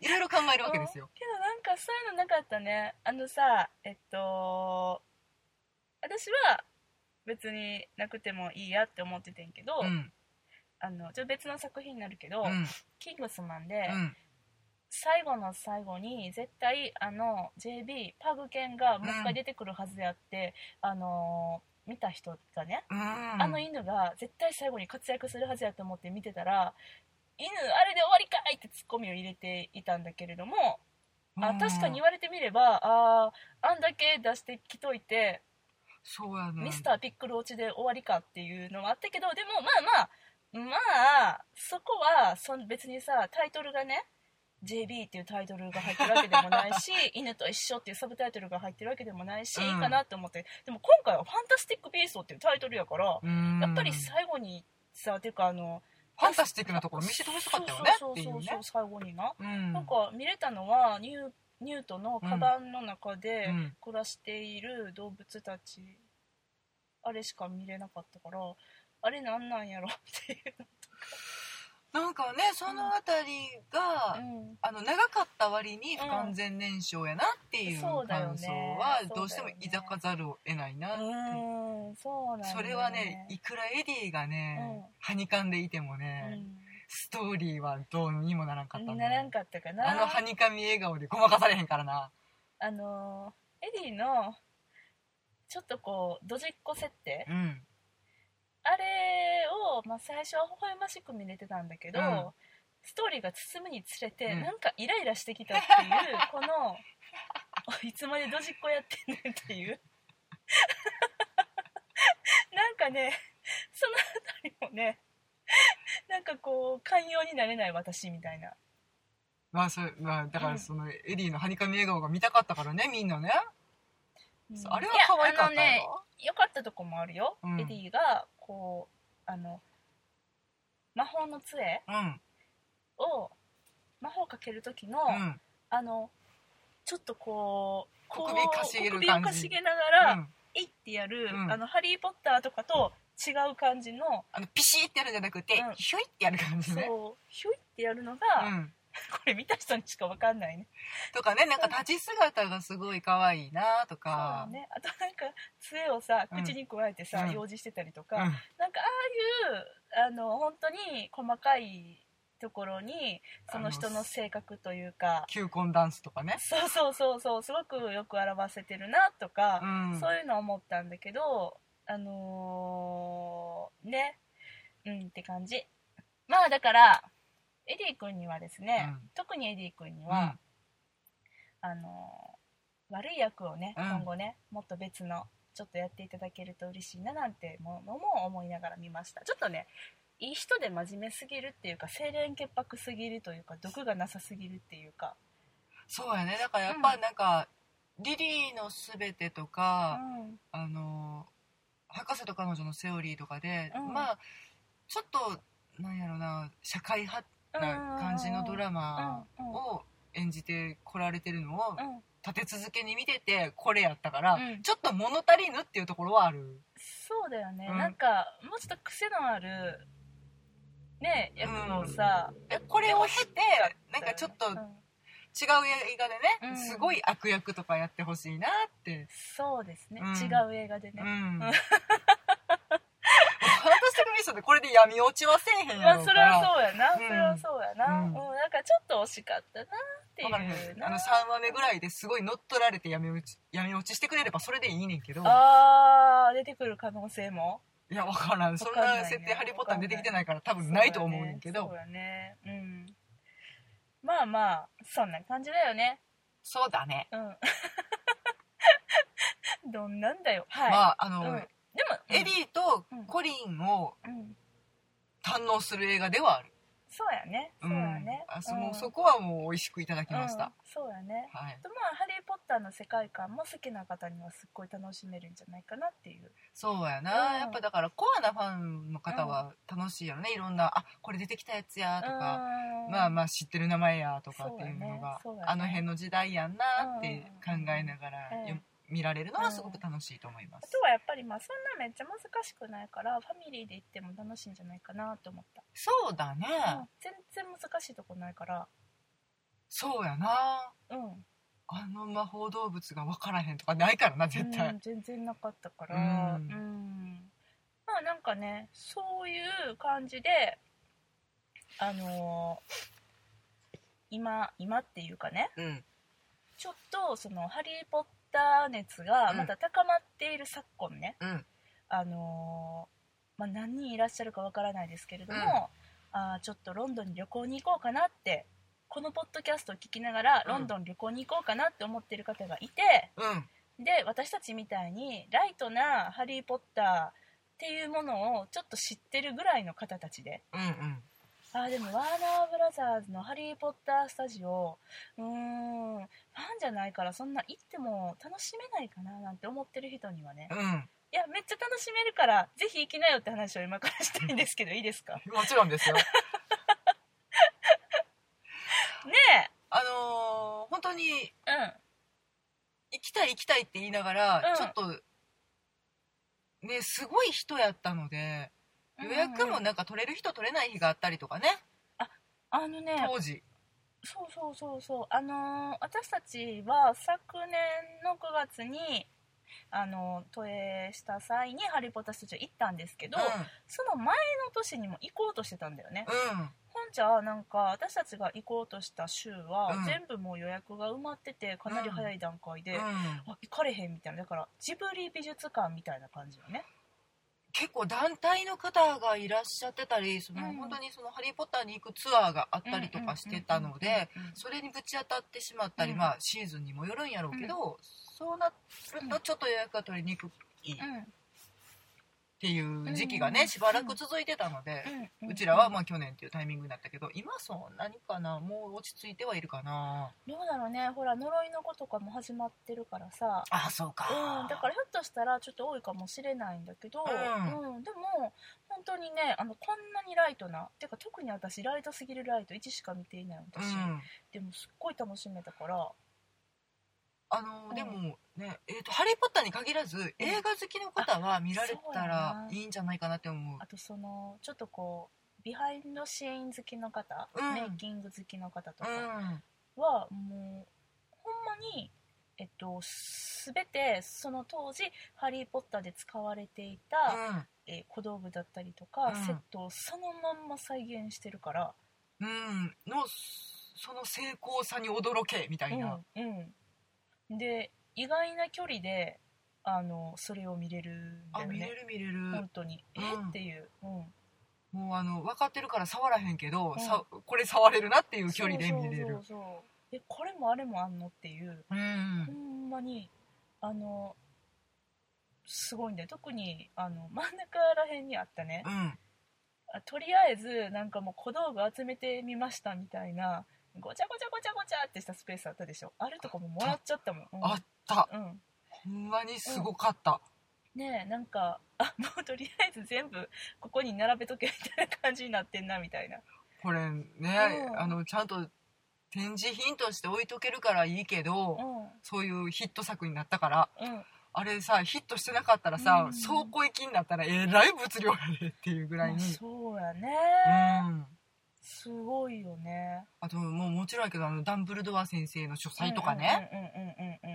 Speaker 2: いろいろ考えるわけですよ。
Speaker 1: けどなんかそういうのなかったねあのさえっと私は別になくてもいいやって思っててんけど、
Speaker 2: うん
Speaker 1: あのちょっと別の作品になるけど、
Speaker 2: うん
Speaker 1: キングスマンで、
Speaker 2: うん
Speaker 1: 最後の最後に絶対あの JB パグ犬がもう一回出てくるはずやって、あのー見た人がね、
Speaker 2: うん
Speaker 1: あの犬が絶対最後に活躍するはずやと思って見てたら犬あれで終わりかいってツッコミを入れていたんだけれども、あ確かに言われてみればあーあんだけ出してきといて、
Speaker 2: そうやな
Speaker 1: ミスターピックル落ちで終わりかっていうのはあったけどでもまあまあまあそこはそん別にさタイトルがね JB っていうタイトルが入ってるわけでもない し「犬と一緒」っていうサブタイトルが入ってるわけでもないし、
Speaker 2: うん
Speaker 1: いいかなと思ってでも今回は「ファンタスティック・ビースト」っていうタイトルやから、
Speaker 2: うん
Speaker 1: やっぱり最後にさていうかあの
Speaker 2: ファンタスティックなところ見せてほしかったよね
Speaker 1: そう
Speaker 2: ってい
Speaker 1: そううそうそ
Speaker 2: ね
Speaker 1: う。最後にな、
Speaker 2: うん
Speaker 1: なんか見れたのはニューニュートのカバンの中で
Speaker 2: うん
Speaker 1: 暮らしている動物たち、あれしか見れなかったからあれなんなんやろっていう、
Speaker 2: なんかねそのあたりが、
Speaker 1: うん
Speaker 2: あの長かった割に不完全燃焼やなっていう
Speaker 1: そうだよ
Speaker 2: 感
Speaker 1: ね
Speaker 2: 想は
Speaker 1: そうだよね
Speaker 2: どうしても抱かざるを得ないなっていう
Speaker 1: うん、そうなんだよ
Speaker 2: それはねいくらエディがね、はにかんでいてもね、ストーリーはどうにもならんか
Speaker 1: う
Speaker 2: っ
Speaker 1: ん、
Speaker 2: た
Speaker 1: ならんかったかな
Speaker 2: あのはにかみ笑顔でごまかされへんからな
Speaker 1: あのエディのちょっとこうドジっ子設定
Speaker 2: うん
Speaker 1: あれを、まあ、最初は微笑ましく見れてたんだけど、
Speaker 2: うん
Speaker 1: ストーリーが進むにつれて、
Speaker 2: うん
Speaker 1: なんかイライラしてきたっていう この おいつまでドジっ子やってんねんっていう なんかねそのあたりもねなんかこう寛容になれない私みたいな
Speaker 2: まあそれまあだからそのエディのはにかみ笑顔が見たかったからねみんなね、
Speaker 1: うん
Speaker 2: あれは可愛かった
Speaker 1: いやあのね
Speaker 2: よ、
Speaker 1: 良かったとこもあるよ、
Speaker 2: うん
Speaker 1: エディがこうあの魔法の杖を魔法かける時の、
Speaker 2: うんうん
Speaker 1: あのちょっとこうこう
Speaker 2: 首かしげる感じ
Speaker 1: 首をかしげながら、
Speaker 2: うん
Speaker 1: えいってやる、
Speaker 2: うん
Speaker 1: あのハリー・ポッターとかと違う感じの、
Speaker 2: あのピシーってやるんじゃなくて、
Speaker 1: うん
Speaker 2: ひょいってやる感じ
Speaker 1: そ
Speaker 2: ね
Speaker 1: うひょいってやるのが、
Speaker 2: うん
Speaker 1: これ見た人にしかわかんないね
Speaker 2: とかねなんか立ち姿がすごい可愛いな
Speaker 1: そ
Speaker 2: と
Speaker 1: うだ
Speaker 2: か、
Speaker 1: ねあとなんか杖をさ
Speaker 2: うん
Speaker 1: 口に加えてさ、
Speaker 2: うん
Speaker 1: 用事してたりと
Speaker 2: う
Speaker 1: か、
Speaker 2: ん
Speaker 1: なんかああいうあの本当に細かいところにその人の性格というか
Speaker 2: 球根ダンスとかね、
Speaker 1: そうそうそうそうすごくよく表せてるなとか、
Speaker 2: うん、
Speaker 1: そういうのは思ったんだけど、あのーね、うんって感じ。まあだから、エディ君にはですね、
Speaker 2: うん
Speaker 1: 特にエディ君に
Speaker 2: うん
Speaker 1: は、あのー悪い役をね、
Speaker 2: うん
Speaker 1: 今後ね、もっと別の、ちょっとやっていただけると嬉しいななんてものも思いながら見ました。ちょっとね、いい人で真面目すぎるっていうか、清廉潔白すぎるというか、毒がなさすぎるっていうか。
Speaker 2: そうやねだからやっぱなんか、リリーのすべてとか、
Speaker 1: うん
Speaker 2: あの博士と彼女のセオリーとかで、
Speaker 1: うん
Speaker 2: まあちょっとなんやろな社会派な感じのドラマ
Speaker 1: うんうん
Speaker 2: を演じてこられてるのを
Speaker 1: うん
Speaker 2: 立て続けに見ててこれやったから、
Speaker 1: うん
Speaker 2: ちょっと物足りぬっていうところはある
Speaker 1: そうだよね、
Speaker 2: うん
Speaker 1: なんかもうちょっと癖のあるね役をさ、
Speaker 2: でこれを経て
Speaker 1: な
Speaker 2: なんかちょっと違
Speaker 1: う
Speaker 2: う
Speaker 1: ん
Speaker 2: 映画でね、
Speaker 1: うん
Speaker 2: すごい悪役とかやってほしいなって、
Speaker 1: そうですね、
Speaker 2: うん
Speaker 1: 違う映画で
Speaker 2: う
Speaker 1: ね、
Speaker 2: ん
Speaker 1: ん
Speaker 2: 私的にそうでこれで闇落ちはせえへん
Speaker 1: ま
Speaker 2: や
Speaker 1: あ
Speaker 2: ろう
Speaker 1: そ
Speaker 2: か
Speaker 1: れは
Speaker 2: ら
Speaker 1: そうやな、
Speaker 2: うん
Speaker 1: それはそうやな、
Speaker 2: う
Speaker 1: うんんなんかちょっと惜しかったなってい
Speaker 2: わかるね
Speaker 1: う
Speaker 2: あ
Speaker 1: な
Speaker 2: の3話目ぐらいですごい乗っ取られて闇落ち闇落ちしてくれればそれでいいねんけど
Speaker 1: あー出てくる可能性も
Speaker 2: いやわからんそん
Speaker 1: わかんない
Speaker 2: な
Speaker 1: ね
Speaker 2: 設定「ハリー・ポッター」に出てきてないから多分ないと思うねんけど
Speaker 1: そうだねそうだねうんまあまあそんな感じだよね
Speaker 2: そうだね
Speaker 1: うんどんなんだよはい、
Speaker 2: まああの、
Speaker 1: うん、でも
Speaker 2: エリーとコリンを
Speaker 1: うん、
Speaker 2: 堪能する映画ではある
Speaker 1: そうやねそうやね、
Speaker 2: んあその
Speaker 1: うん
Speaker 2: そこはもう美味しくいただきました、
Speaker 1: うん、そうやね
Speaker 2: はい
Speaker 1: あ、とまあ「ハリー・ポッター」の世界観も好きな方にはすっごい楽しめるんじゃないかなっていう
Speaker 2: そうやな、
Speaker 1: うん
Speaker 2: やっぱだからコアなファンの方は楽しいやろね、いろんな「あこれ出てきたやつや」とか、まあまあ知ってる名前やとかっていうのが
Speaker 1: そうやねそうやね
Speaker 2: あの辺の時代やんなって考えながら
Speaker 1: うん
Speaker 2: よ見られるのはすごく楽しいと思いま
Speaker 1: あ
Speaker 2: す
Speaker 1: とはやっぱりまあそんなめっちゃ難しくないからファミリーで行っても楽しいんじゃないかなと思った、
Speaker 2: そうだね
Speaker 1: うん全然難しいとこないから
Speaker 2: そうやな
Speaker 1: うん
Speaker 2: あの魔法動物が分からへんとかないからな絶
Speaker 1: うん
Speaker 2: 対
Speaker 1: 全然なかったから
Speaker 2: う
Speaker 1: うんん、まあなんかねそういう感じであのー今今っていうかね
Speaker 2: うん
Speaker 1: ちょっとその「ハリー・ポッター」熱が
Speaker 2: うん
Speaker 1: また高まっている昨今ね、
Speaker 2: うん
Speaker 1: あのーまあ、何人いらっしゃるかわからないですけれども、
Speaker 2: うん
Speaker 1: あーちょっとロンドンに旅行に行こうかなってこのポッドキャストを聞きながら
Speaker 2: うん
Speaker 1: ロンドン旅行に行こうかなって思ってる方がいて、
Speaker 2: うん
Speaker 1: で私たちみたいにライトな「ハリー・ポッター」っていうものをちょっと知ってるぐらいの方たちで
Speaker 2: うんうん
Speaker 1: あーでもワーナーブラザーズの「ハリー・ポッター・スタジオ」うーんファンじゃないからそんな行っても楽しめないかななんて思ってる人にはね
Speaker 2: う
Speaker 1: いやめっちゃ楽しめるからぜひ行きなよって話を今からしたいんですけどいいですかね
Speaker 2: んもちろんです よあのー本当に
Speaker 1: えうん
Speaker 2: 行きたい行きたいって言いながら、
Speaker 1: うん
Speaker 2: ちょっとねすごい人やったので予約
Speaker 1: うん
Speaker 2: も
Speaker 1: うん
Speaker 2: なんか取れる人取れない日があったりとかね、
Speaker 1: あのね
Speaker 2: 当時
Speaker 1: そうそうそうそうあのー私たちは昨年の9月にあのー都営した際に「ハリー・ポッター・スタジオ」行ったんですけど、その前の年にも行こうとしてたんだよね
Speaker 2: うんうん
Speaker 1: ほんじゃなんか私たちが行こうとした週は、
Speaker 2: うん
Speaker 1: 全部もう予約が埋まっててかなり早い段階で、
Speaker 2: うん
Speaker 1: あ行かれへんみたいなだからジブリ美術館みたいな感じよね
Speaker 2: 結構団体の方がいらっしゃってたりその、
Speaker 1: うん
Speaker 2: 本当にその「ハリー・ポッター」に行くツアーがあったりとかしてたので、
Speaker 1: うんうんうんうん
Speaker 2: それにぶち当たってしまったり、
Speaker 1: うん
Speaker 2: まあシーズンにもよるんやろうけど、そうなるとちょっと予約が取りにくいっ
Speaker 1: うん
Speaker 2: ていう時期がね、
Speaker 1: うん
Speaker 2: しばらく続いてたので、
Speaker 1: うん
Speaker 2: う
Speaker 1: うん
Speaker 2: ちらはまあ去年っていうタイミングになったけど今そんなにかなもう落ち着いてはいるかな
Speaker 1: どうだろうねほら呪いの子とかも始まってるからさ
Speaker 2: あそうか
Speaker 1: うん、だからひょっとしたらちょっと多いかもしれないんだけど、
Speaker 2: うん
Speaker 1: でも本当にねあのこんなにライトなてか特に私ライトすぎるライト1しか見ていない私、
Speaker 2: うん
Speaker 1: でもすっごい楽しめたから
Speaker 2: あの
Speaker 1: うん
Speaker 2: でもね「えー、とハリー・ポッター」に限らず映画好きの方は見られたらいいんじゃないかなって思う
Speaker 1: あとそのちょっとこうビハインドシーン好きの方、
Speaker 2: うん
Speaker 1: メイキング好きの方と
Speaker 2: う
Speaker 1: か
Speaker 2: ん
Speaker 1: は、もうほんまに、えっと、全てその当時「ハリー・ポッター」で使われていた、えー小道具だったりとか、
Speaker 2: うん
Speaker 1: セットをそのまんま再現してるから、
Speaker 2: うんうんのその成功さに驚けみたいな、
Speaker 1: うんうん、で意外な距離であのそれを見れるんだ
Speaker 2: あ
Speaker 1: よ
Speaker 2: 見れ
Speaker 1: ね
Speaker 2: る見れる、
Speaker 1: 本当に、
Speaker 2: うん
Speaker 1: えっていう、うん、
Speaker 2: もうあの分かってるから触らへんけど、
Speaker 1: うん
Speaker 2: さこれ触れるなっていう距離で見れ
Speaker 1: そ
Speaker 2: る
Speaker 1: うそうそうそうえこれもあれもあんのっていう
Speaker 2: う
Speaker 1: ほ
Speaker 2: ん
Speaker 1: んまにあのすごいんだよ特にあの真ん中らへんにあったね
Speaker 2: うん
Speaker 1: あとりあえずなんかもう小道具集めてみましたみたいなごちゃごちゃごちゃごちゃってしたスペースあったでしょあれとかももらっちゃったもんうん
Speaker 2: あった
Speaker 1: うん
Speaker 2: ほんまにすごかった、
Speaker 1: ねえなんかあもうとりあえず全部ここに並べとけみたいな感じになってんなみたいな
Speaker 2: これね、
Speaker 1: うん
Speaker 2: あのちゃんと展示品として置いとけるからいいけど、
Speaker 1: う
Speaker 2: そういうヒット作になったから
Speaker 1: んうん
Speaker 2: あれさヒットしてなかったら
Speaker 1: う
Speaker 2: さ、
Speaker 1: ん
Speaker 2: 倉庫行きになったらえらい物量やでっていうぐらい
Speaker 1: まあ
Speaker 2: に、
Speaker 1: そうやね、
Speaker 2: うん
Speaker 1: すごいよね
Speaker 2: あともうもちろんやけどあのダンブルドア先生の書斎とかね、
Speaker 1: うんうんうんうん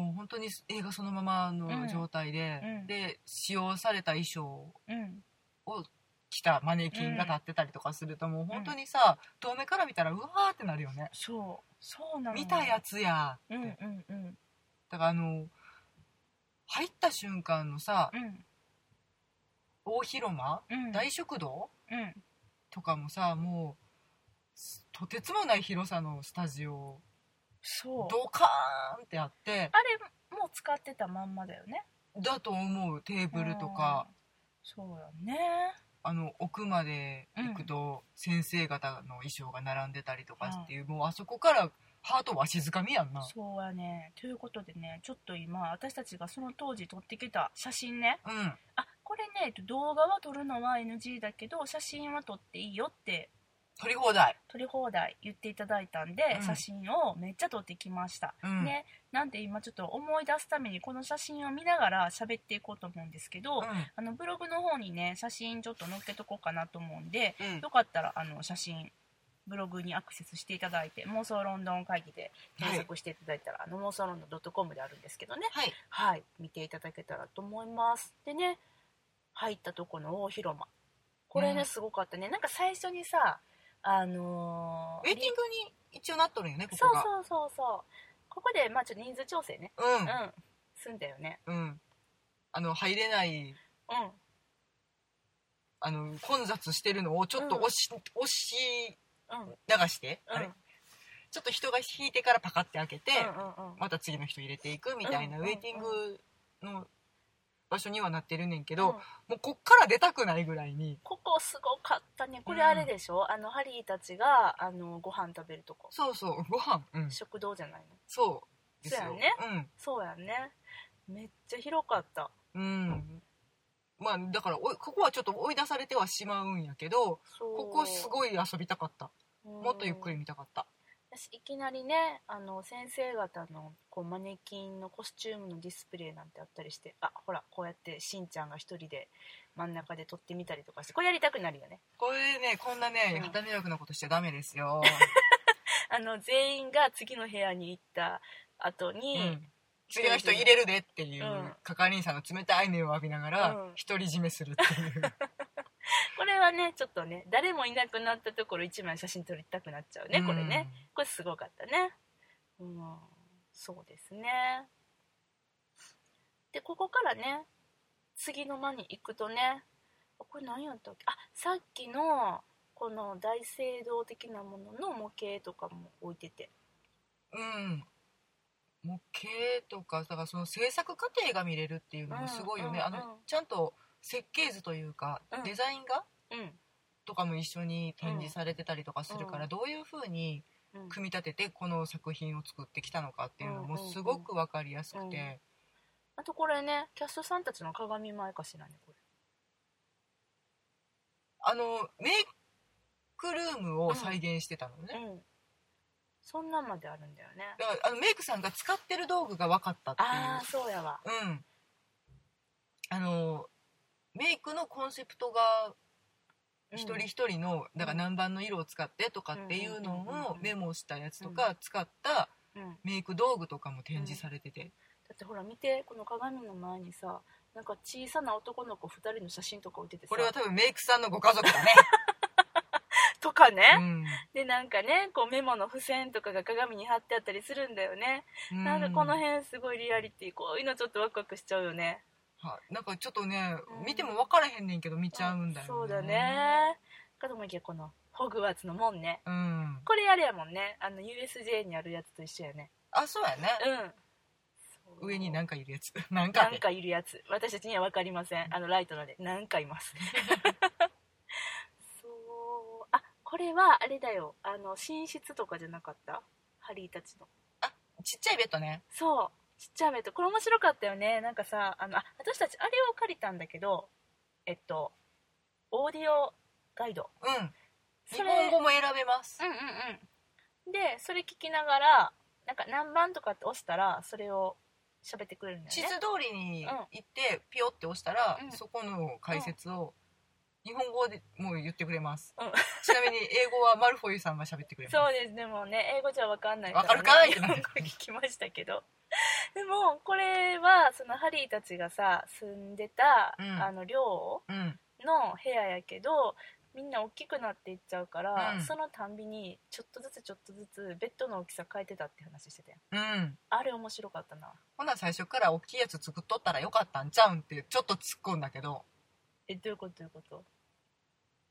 Speaker 1: うん
Speaker 2: もう本当に映画そのままの状態で、
Speaker 1: うんうん
Speaker 2: で使用された衣装
Speaker 1: うんうん
Speaker 2: を着たマネキンが立ってたりとかすると、もう本当にさ遠目から見たらうわーってなるよね、
Speaker 1: そうそうなのよ
Speaker 2: 見たやつやって、
Speaker 1: うんうんうん
Speaker 2: だからあの入った瞬間のさ
Speaker 1: うん
Speaker 2: 大広間
Speaker 1: うん
Speaker 2: 大食堂
Speaker 1: うん
Speaker 2: とかもさもうすとてつもない広さのスタジオ
Speaker 1: そう
Speaker 2: ドカーンってあって
Speaker 1: あれもう使ってたまんまだよね
Speaker 2: だと思うテーブルとか
Speaker 1: うんそうよね
Speaker 2: あの奥まで行くと先生方の衣装が並んでたりとかっていうもうあそこからハートわしづかみやんな
Speaker 1: そうやねということでねちょっと今私たちがその当時撮ってきた写真ね
Speaker 2: うん
Speaker 1: あこれねえっと動画は撮るのは NG だけど写真は撮っていいよって
Speaker 2: 撮り放題
Speaker 1: 撮り放題言っていただいたんで、
Speaker 2: うん
Speaker 1: 写真をめっちゃ撮ってきました、
Speaker 2: うん
Speaker 1: ねなんで今ちょっと思い出すためにこの写真を見ながら喋っていこうと思うんですけど、あのブログの方にね写真ちょっと載っけとこうかなと思うんで
Speaker 2: うん
Speaker 1: よかったらあの写真ブログにアクセスしていただいて妄想ロンドン会議で検索していただいたら、あの妄想ロンドン .com であるんですけどね
Speaker 2: はい
Speaker 1: はい見ていただけたらと思いますでね入ったとこの大広間これね、
Speaker 2: うん
Speaker 1: すごかったねなんか最初にさあの
Speaker 2: ウェ
Speaker 1: ー
Speaker 2: イティングに一応なっとるんよねこ
Speaker 1: そう
Speaker 2: こが
Speaker 1: そうそうそうここでまあちょっと人数調整ね
Speaker 2: う
Speaker 1: うんん、済んだよね
Speaker 2: うん、あの入れない
Speaker 1: うん
Speaker 2: あの混雑してるのをちょっと押し,、押し
Speaker 1: うんうん
Speaker 2: 流して、あれちょっと人が引いてからパカって開けて、
Speaker 1: うんうん
Speaker 2: また次の人入れていくみたいな
Speaker 1: う
Speaker 2: ウ
Speaker 1: んうんうん
Speaker 2: ェイティングの場所にはなってるねんけ
Speaker 1: う
Speaker 2: ど、
Speaker 1: ん
Speaker 2: もうこっから出たくないぐらいに
Speaker 1: ここすごかったねこれ
Speaker 2: うん
Speaker 1: あれでしょ、あのハリーたちがあのご飯食べるとこ、
Speaker 2: そうそうご飯うん
Speaker 1: 食堂じゃないの
Speaker 2: そうですよ
Speaker 1: そうやそうやんねめっちゃ広かった
Speaker 2: うんうんまあだからおいここはちょっと追い出されてはしまうんやけど
Speaker 1: そう
Speaker 2: ここすごい遊びたかった
Speaker 1: うん
Speaker 2: もっとゆっくり見たかった
Speaker 1: 私いきなりねあの先生方のこうマネキンのコスチュームのディスプレイなんてあったりしてあほらこうやってしんちゃんが一人で真ん中で撮ってみたりとかしてこれやりたくなるよね
Speaker 2: これねこんな
Speaker 1: うん
Speaker 2: ね旗迷惑なことしちゃダメですよ、
Speaker 1: あの全員が次の部屋に行った後に、
Speaker 2: うん次の人入れるでっていう
Speaker 1: うん
Speaker 2: 係員さんの冷たい目を浴びながら
Speaker 1: うん
Speaker 2: 独り占めするって いう、
Speaker 1: これはねちょっとね誰もいなくなったところ一枚写真撮りたくなっちゃうね、これねこれすごかったねうんそうですねでここからね次の間に行くとねあこれ何やったっけあさっきのこの大聖堂的なものの模型とかも置いてて
Speaker 2: うん、うん模型とかだからその制作過程が見れるっていうのもすごいよね、
Speaker 1: うんうんうん
Speaker 2: あのちゃんと設計図というか、
Speaker 1: うん
Speaker 2: デザイン画
Speaker 1: うん、
Speaker 2: とかも一緒に展示されてたりとかするから、
Speaker 1: うん
Speaker 2: どういう風に
Speaker 1: うん、
Speaker 2: 組み立ててこの作品を作ってきたのかっていうのも
Speaker 1: うんうんうん
Speaker 2: すごく分かりやすくて、
Speaker 1: あとこれねキャストさんたちの鏡前かしらねこ
Speaker 2: あのメイクルームを再現してたのね、
Speaker 1: れうんそんなんまであるんだよね
Speaker 2: だからあのメイクさんが使ってる道具が分かったっていう
Speaker 1: ああそうやわ
Speaker 2: うんあのメイクのコンセプトが
Speaker 1: うん
Speaker 2: 一人一人のだから何番の色を使ってとかっていうの
Speaker 1: うんうんうんうん
Speaker 2: を
Speaker 1: うん
Speaker 2: メモしたやつとか使った
Speaker 1: うん、
Speaker 2: メイク道具とかも展示されてて、
Speaker 1: だってほら見てこの鏡の前にさなんか小さな男の子2人の写真とか置いててさ
Speaker 2: これは多分メイクさんのご家族 だね、
Speaker 1: とかね、
Speaker 2: うん
Speaker 1: でなんかねこうメモの付箋とかが鏡に貼ってあったりするんだよね、
Speaker 2: うん
Speaker 1: なんかこの辺すごいリアリティこういうのちょっとワクワクしちゃうよね
Speaker 2: はいなんかちょっとね
Speaker 1: うん
Speaker 2: 見ても分からへんねんけど見ちゃうんだよね
Speaker 1: そうだねかと思いきやこのホグワーツの門ね
Speaker 2: うん
Speaker 1: これあれやもんねあの USJ にあるやつと一緒やね
Speaker 2: あそうやね
Speaker 1: うんそう
Speaker 2: 上になんかいるやつ なんか
Speaker 1: な
Speaker 2: ね
Speaker 1: んかいるやつ私たちには分かりませんあのライトのでなんかいます そうあこれはあれだよあの寝室とかじゃなかったハリーたちの
Speaker 2: ちっちゃいベッドね
Speaker 1: そうちっちゃいベッドこれ面白かったよねなんかさあのあ私たちあれを借りたんだけどえっとオーディオガイド
Speaker 2: うん日
Speaker 1: それ
Speaker 2: 本語も選べます
Speaker 1: うんうんうんでそれ聞きながらなんか何番とかって押したらそれを喋ってくれるんだ
Speaker 2: 地
Speaker 1: よ
Speaker 2: 図
Speaker 1: ね
Speaker 2: 通りに行ってピヨって押したら、
Speaker 1: うん
Speaker 2: そこの解説を日本語でもう言ってくれます、
Speaker 1: うん
Speaker 2: ちなみに英語はマルフォイさんが喋ってくれます
Speaker 1: そうですでもね英語じゃ分かんない
Speaker 2: わかるかい
Speaker 1: 日 本語聞きましたけどでもこれはそのハリーたちがさ住んでた、
Speaker 2: うん
Speaker 1: あの寮
Speaker 2: うん
Speaker 1: の部屋やけどみんな大きくなっていっちゃうから、
Speaker 2: うん
Speaker 1: そのたんびにちょっとずつちょっとずつベッドの大きさ変えてたって話してたよ
Speaker 2: うん
Speaker 1: あれ面白かったな
Speaker 2: ほな最初から大きいやつ作っとったらよかったんちゃうんってちょっと突っ込んだけど
Speaker 1: えどういうことどういうこと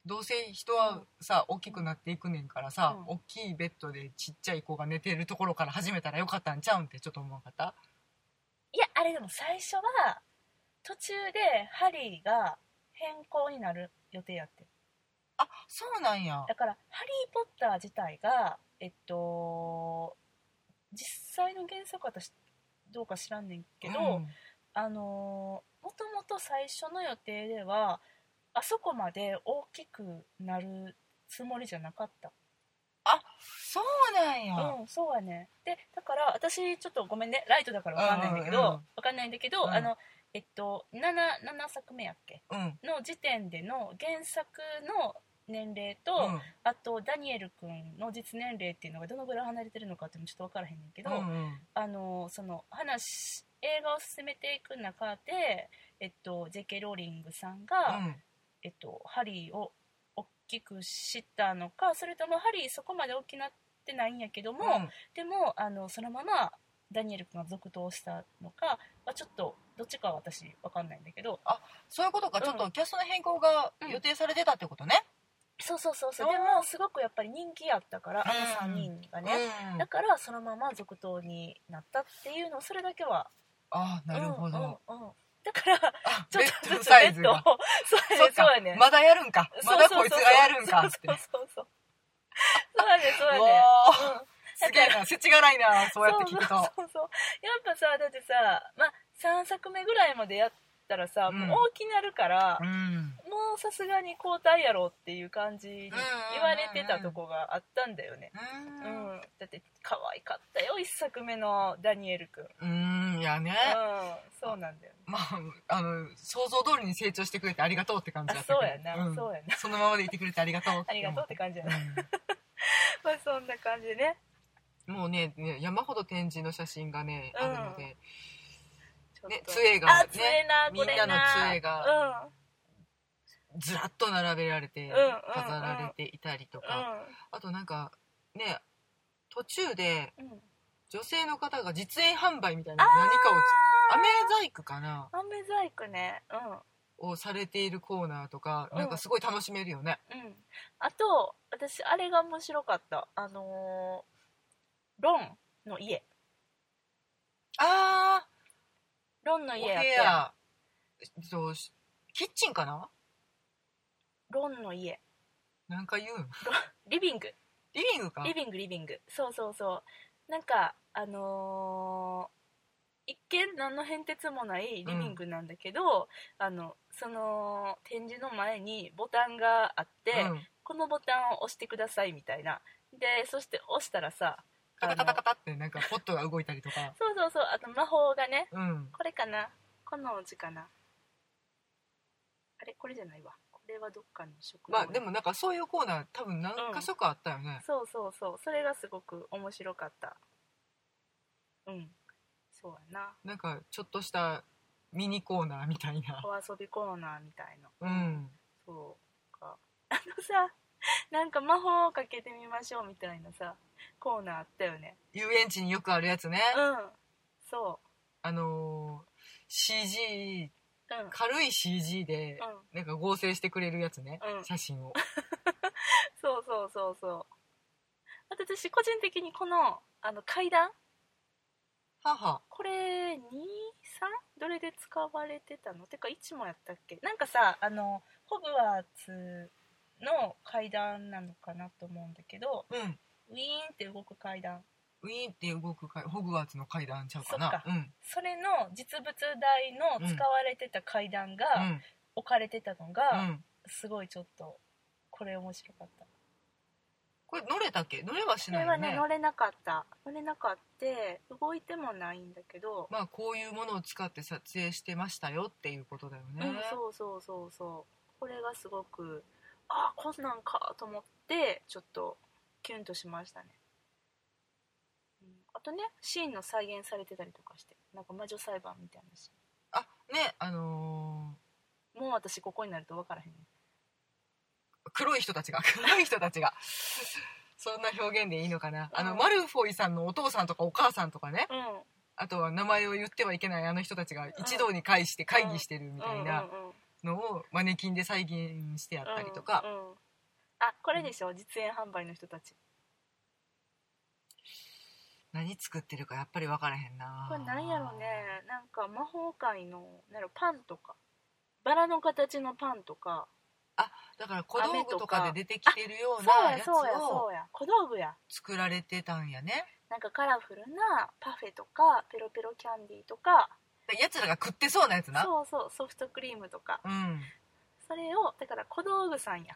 Speaker 2: どうせ人はさ大きくなっていくねんからさ、
Speaker 1: うん
Speaker 2: 大きいベッドでちっちゃい子が寝てるところから始めたらよかったんちゃうんってちょっと思わんかった
Speaker 1: いやあれでも最初は途中でハリーが変更になる予定やって
Speaker 2: あそうなんや
Speaker 1: だから「ハリー・ポッター」自体がえっと実際の原作は私どうか知らんねんけど、
Speaker 2: うん
Speaker 1: あのーもともと最初の予定ではあそこまで大きくなるつもりじゃなかった
Speaker 2: そうなんや、
Speaker 1: うんそうやねでだから私ちょっとごめんねライトだからわかんないんだけ
Speaker 2: うんうんうん
Speaker 1: どわかんないんだけど、
Speaker 2: うん
Speaker 1: あのえっと 7, 7作目やっけ
Speaker 2: うんうん
Speaker 1: の時点での原作の年齢と、あとダニエル君の実年齢っていうのがどのぐらい離れてるのかっていうのもちょっと分からへんねんけど、
Speaker 2: うんうん
Speaker 1: あのその話映画を進めていく中で、えっと、JK ローリングさんが、
Speaker 2: うん
Speaker 1: えっと、ハリーを大きくしたのかそれともハリーそこまで大きなってないんやけども、
Speaker 2: うん
Speaker 1: でもあのそのままダニエル君が続投したのかはちょっとどっちかは私分かんないんだけど
Speaker 2: そういうことか、
Speaker 1: うん
Speaker 2: ちょっとキャストの変更が予定されてたってことね。
Speaker 1: そうそうそうそう
Speaker 2: あー
Speaker 1: でもすごくやっぱり人気やったからあの3人が
Speaker 2: う
Speaker 1: ね。
Speaker 2: ん
Speaker 1: だからそのまま続投になったっていうのそれだけは
Speaker 2: ああ、なるほど。
Speaker 1: うんうんうんだから
Speaker 2: あ、
Speaker 1: ちょ
Speaker 2: ベ
Speaker 1: っ
Speaker 2: ッ
Speaker 1: と
Speaker 2: ド
Speaker 1: ず
Speaker 2: の
Speaker 1: つ
Speaker 2: サイ
Speaker 1: ベ
Speaker 2: ズ
Speaker 1: ッドを
Speaker 2: が。
Speaker 1: そうや
Speaker 2: そ
Speaker 1: ねそ
Speaker 2: っ
Speaker 1: う
Speaker 2: か
Speaker 1: やね、
Speaker 2: まだやるんか。まだこいつがやるんか
Speaker 1: そう
Speaker 2: っ
Speaker 1: そ
Speaker 2: て。
Speaker 1: うそうそうそうやねそうや
Speaker 2: うわ
Speaker 1: ね
Speaker 2: ー
Speaker 1: うん
Speaker 2: すげえな、世知辛いな、そうやって聞くと。
Speaker 1: そうそうそうやっぱさだってさまあ3作目ぐらいまでやったらさ、
Speaker 2: うん
Speaker 1: もう大きなるから、
Speaker 2: うん。
Speaker 1: もうさすがに交代やろっていう感じに
Speaker 2: うんうんうん
Speaker 1: 言われてたとこがあったんだよね、
Speaker 2: う
Speaker 1: うん
Speaker 2: ん
Speaker 1: だって可愛かったよ1作目のダニエル君
Speaker 2: うん、いやね。
Speaker 1: うんそうなんだよね
Speaker 2: まあ、あの、想像通りに成長してくれてありがとうって感じ
Speaker 1: あ
Speaker 2: だった
Speaker 1: そうや
Speaker 2: けど
Speaker 1: な、
Speaker 2: ん
Speaker 1: そうやな
Speaker 2: そのままでいてくれてありがとうって思
Speaker 1: ありがとうって感じやな
Speaker 2: う
Speaker 1: まあそんな感じでね
Speaker 2: んもうね、ね山ほど展示の写真がね、あるので、
Speaker 1: ちょっと
Speaker 2: ね、杖
Speaker 1: あ
Speaker 2: が
Speaker 1: 杖
Speaker 2: ね、
Speaker 1: なこれな
Speaker 2: みんなの杖がずらっと並べられ
Speaker 1: う
Speaker 2: て、
Speaker 1: んうんうん
Speaker 2: 飾られていたりと
Speaker 1: うん
Speaker 2: か、あとなんかね途中で
Speaker 1: うん、うん、
Speaker 2: 女性の方が実演販売みたいな何かをつ飴細工かな
Speaker 1: あめ細工ねうん
Speaker 2: をされているコーナーとか、
Speaker 1: うん
Speaker 2: なんかすごい楽しめるよね
Speaker 1: うん、あと私あれが面白かったあのーロンの家
Speaker 2: ああ
Speaker 1: ロンの
Speaker 2: お部
Speaker 1: 家やって
Speaker 2: 屋えっとしキッチンかな
Speaker 1: ロンの家
Speaker 2: なんか言うん
Speaker 1: リビング
Speaker 2: リビングか
Speaker 1: リビングリビングそうそうそうなんかあのー一見何の変哲もないリビングなんだけど、あのその展示の前にボタンがあって、
Speaker 2: うん、
Speaker 1: このボタンを押してくださいみたいなでそして押したらさ
Speaker 2: カタカ
Speaker 1: あ
Speaker 2: タ
Speaker 1: の
Speaker 2: カタってなんかポットが動いたりとか
Speaker 1: そうそうそうあと魔法がね
Speaker 2: うん
Speaker 1: これかなこの字かなあれこれじゃないわこれはどっかの食堂
Speaker 2: まあでもなんかそういうコーナー多分何か所かあったよね、
Speaker 1: そうそうそうそれがすごく面白かったうんそうやな
Speaker 2: なんかちょっとしたミニコーナーみたいな
Speaker 1: お遊びコーナーみたいな
Speaker 2: うん
Speaker 1: そうかあのさなんか魔法をかけてみましょうみたいなさコーナーあったよね
Speaker 2: 遊園地によくあるやつね、
Speaker 1: うんそ
Speaker 2: あのー CG
Speaker 1: ううん
Speaker 2: 軽い CG で
Speaker 1: うん
Speaker 2: なんか合成してくれるやつね、
Speaker 1: うん
Speaker 2: 写真を
Speaker 1: そうそうそうそうあと私個人的にこのあの階段
Speaker 2: 母
Speaker 1: これ 23? どれで使われてたのてか1もやったっけなんかさあのホブワーツの階段なのかなと思うんだけど
Speaker 2: うん
Speaker 1: ウィーンって動く階段
Speaker 2: ウィーンって動く階ホグワーツの階段ちゃうかな
Speaker 1: そっか
Speaker 2: うん
Speaker 1: それの実物大の使われてた階段が置かれてたの
Speaker 2: うん、う
Speaker 1: が
Speaker 2: ん、
Speaker 1: すごいちょっとこれ面白かった
Speaker 2: これ乗れたっけ乗れはし
Speaker 1: そ
Speaker 2: ない
Speaker 1: れ
Speaker 2: よ
Speaker 1: は
Speaker 2: ね
Speaker 1: ね乗れなかった乗れなかって動いてもないんだけど
Speaker 2: まあこういうものを使って撮影してましたよっていうことだよね、
Speaker 1: うん、そうそうそうそうこれがすごくあこんなんかと思ってちょっとキュンとしましたね、うん、あとねシーンの再現されてたりとかしてなんか魔女裁判みたいなシ
Speaker 2: あねあの
Speaker 1: ーンもう私ここになると分からへんね
Speaker 2: ー黒い人たちが 黒い人たちがそんな表現でいいのかな、あ
Speaker 1: う
Speaker 2: の
Speaker 1: ん
Speaker 2: マルフォイさんのお父さんとかお母さんとかね
Speaker 1: うん
Speaker 2: あとは名前を言ってはいけないあの人たちが一堂に会して会議してるみたいな
Speaker 1: うんうんうん
Speaker 2: のをマネキンで再現してあったりとか、
Speaker 1: うんうんあこれでしょ実演販売の人たち
Speaker 2: 何作ってるかやっぱり分からへんな
Speaker 1: これなんやろねなんか魔法界のなんやろパンとかバラの形のパンとか
Speaker 2: だから小道具とかで出てきてる
Speaker 1: そ
Speaker 2: よ
Speaker 1: うう
Speaker 2: な
Speaker 1: や
Speaker 2: やつ
Speaker 1: そうや
Speaker 2: を
Speaker 1: そうや小道具や
Speaker 2: 作られてたんやね
Speaker 1: なんかカラフルなパフェとかペロペロキャンディーとか
Speaker 2: やつらが食ってそうなやつな
Speaker 1: そうそうソフトクリームとか
Speaker 2: うん
Speaker 1: それをだから小道具さんや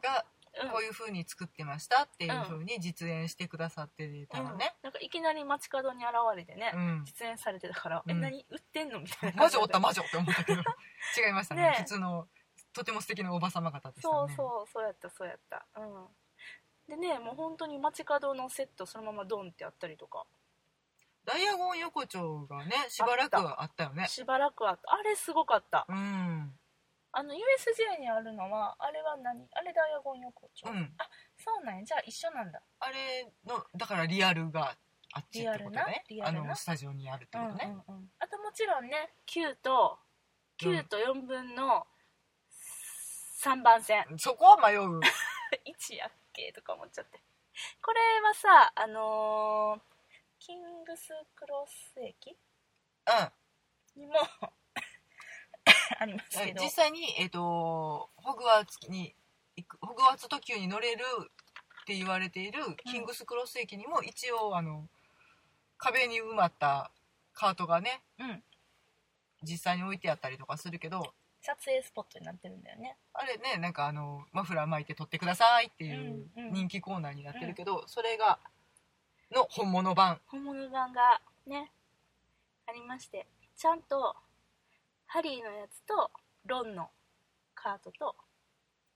Speaker 2: が
Speaker 1: うん
Speaker 2: こういう風に作ってましたっていう風に実演してくださってたのね、
Speaker 1: うんなんかいきなり街角に現れてね、
Speaker 2: うん
Speaker 1: 実演されてたから、
Speaker 2: う
Speaker 1: え
Speaker 2: ん
Speaker 1: 何売ってんのみた いな
Speaker 2: 魔女おった魔女って思った けど違いましたね
Speaker 1: ねえ
Speaker 2: 普通のとても素敵なおば様方でしたね
Speaker 1: そうそうそうやったそうやったうんでねもう本当に街角のセットそのままドンってあったりとか
Speaker 2: ダイアゴン横丁がねしばらくあったよね
Speaker 1: しばらくあったあれすごかった
Speaker 2: うん
Speaker 1: あの USJ にあるのはあれは何あれダイアゴン横丁、
Speaker 2: うん
Speaker 1: あそうなんやじゃあ一緒なんだ
Speaker 2: あれのだからリアルがあっちってことね
Speaker 1: リア
Speaker 2: あ
Speaker 1: ルなリアルな
Speaker 2: のスタジオにあるってことね、
Speaker 1: うんうんうん、あともちろんね9と
Speaker 2: うん
Speaker 1: 9と4分の3番線、
Speaker 2: そこは迷う
Speaker 1: 1やっけとか思っちゃってこれはさあのーキングスクロス駅
Speaker 2: う
Speaker 1: にも ありますけ
Speaker 2: ん
Speaker 1: ど、
Speaker 2: 実際に、えっとホグワーツに行くホグワーツ特急に乗れるって言われているキングスクロス駅にも一応あの壁に埋まったカートがね
Speaker 1: うん、
Speaker 2: 実際に置いてあったりとかするけど
Speaker 1: 撮影スポットになってるんだよね
Speaker 2: あれねなんかあのマフラー巻いて撮ってくださいっていう
Speaker 1: うんうん
Speaker 2: 人気コーナーになってるけど、それがの本物版
Speaker 1: 本物版がねありましてちゃんとハリーのやつとロンのカートと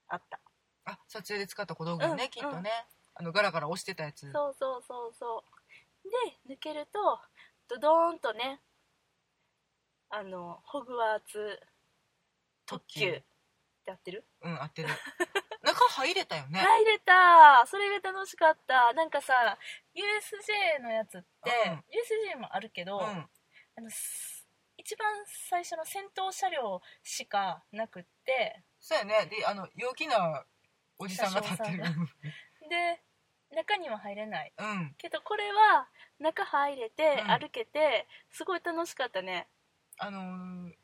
Speaker 1: あった
Speaker 2: あ撮影で使った小道具よね、
Speaker 1: うん
Speaker 2: きっとねあのガラガラ押してたやつ
Speaker 1: そうそうそうそうで抜けるとドドーンとねあのホグワーツ特急ってやってる
Speaker 2: うん合ってる 中入れたよね
Speaker 1: 入れたそれが楽しかったなんかさ USJ のやつって、
Speaker 2: うん
Speaker 1: USJ もあるけど、
Speaker 2: うん
Speaker 1: あのす一番最初の先頭車両しかなくって
Speaker 2: そうやねであの陽気なおじさんが立ってる
Speaker 1: 車掌さんで中には入れない
Speaker 2: うん
Speaker 1: けどこれは中入れて
Speaker 2: うん
Speaker 1: 歩けて、すごい楽しかったね
Speaker 2: あのー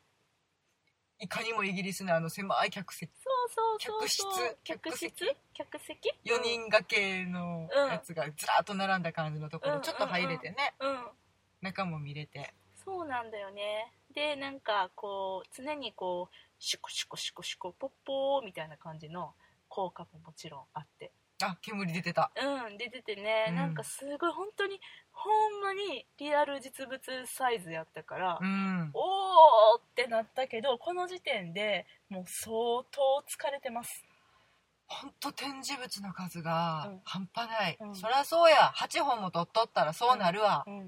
Speaker 2: いかにもイギリスのあの狭い客席
Speaker 1: そうそうそうそう
Speaker 2: 客室
Speaker 1: 客室客席
Speaker 2: 4人掛けのやつがずらっと並んだ感じのとこ
Speaker 1: う
Speaker 2: ろ
Speaker 1: ん
Speaker 2: ちょっと入れてね
Speaker 1: うん、うん、
Speaker 2: 中も見れて
Speaker 1: そうなんだよねでなんかこう常にこうシュコシュコシュコシュコポッポーみたいな感じの効果ももちろんあって
Speaker 2: あ煙出てた
Speaker 1: うん出ててね、
Speaker 2: うん
Speaker 1: なんかすごい本当にほんまにリアル実物サイズやったから、
Speaker 2: うん
Speaker 1: おーってなったけどこの時点でもう相当疲れてます
Speaker 2: ほんと展示物の数
Speaker 1: う
Speaker 2: が
Speaker 1: ん
Speaker 2: 半端ない、
Speaker 1: うん
Speaker 2: そりゃそうや8本も取っとったらそうなるわ、
Speaker 1: うん
Speaker 2: っ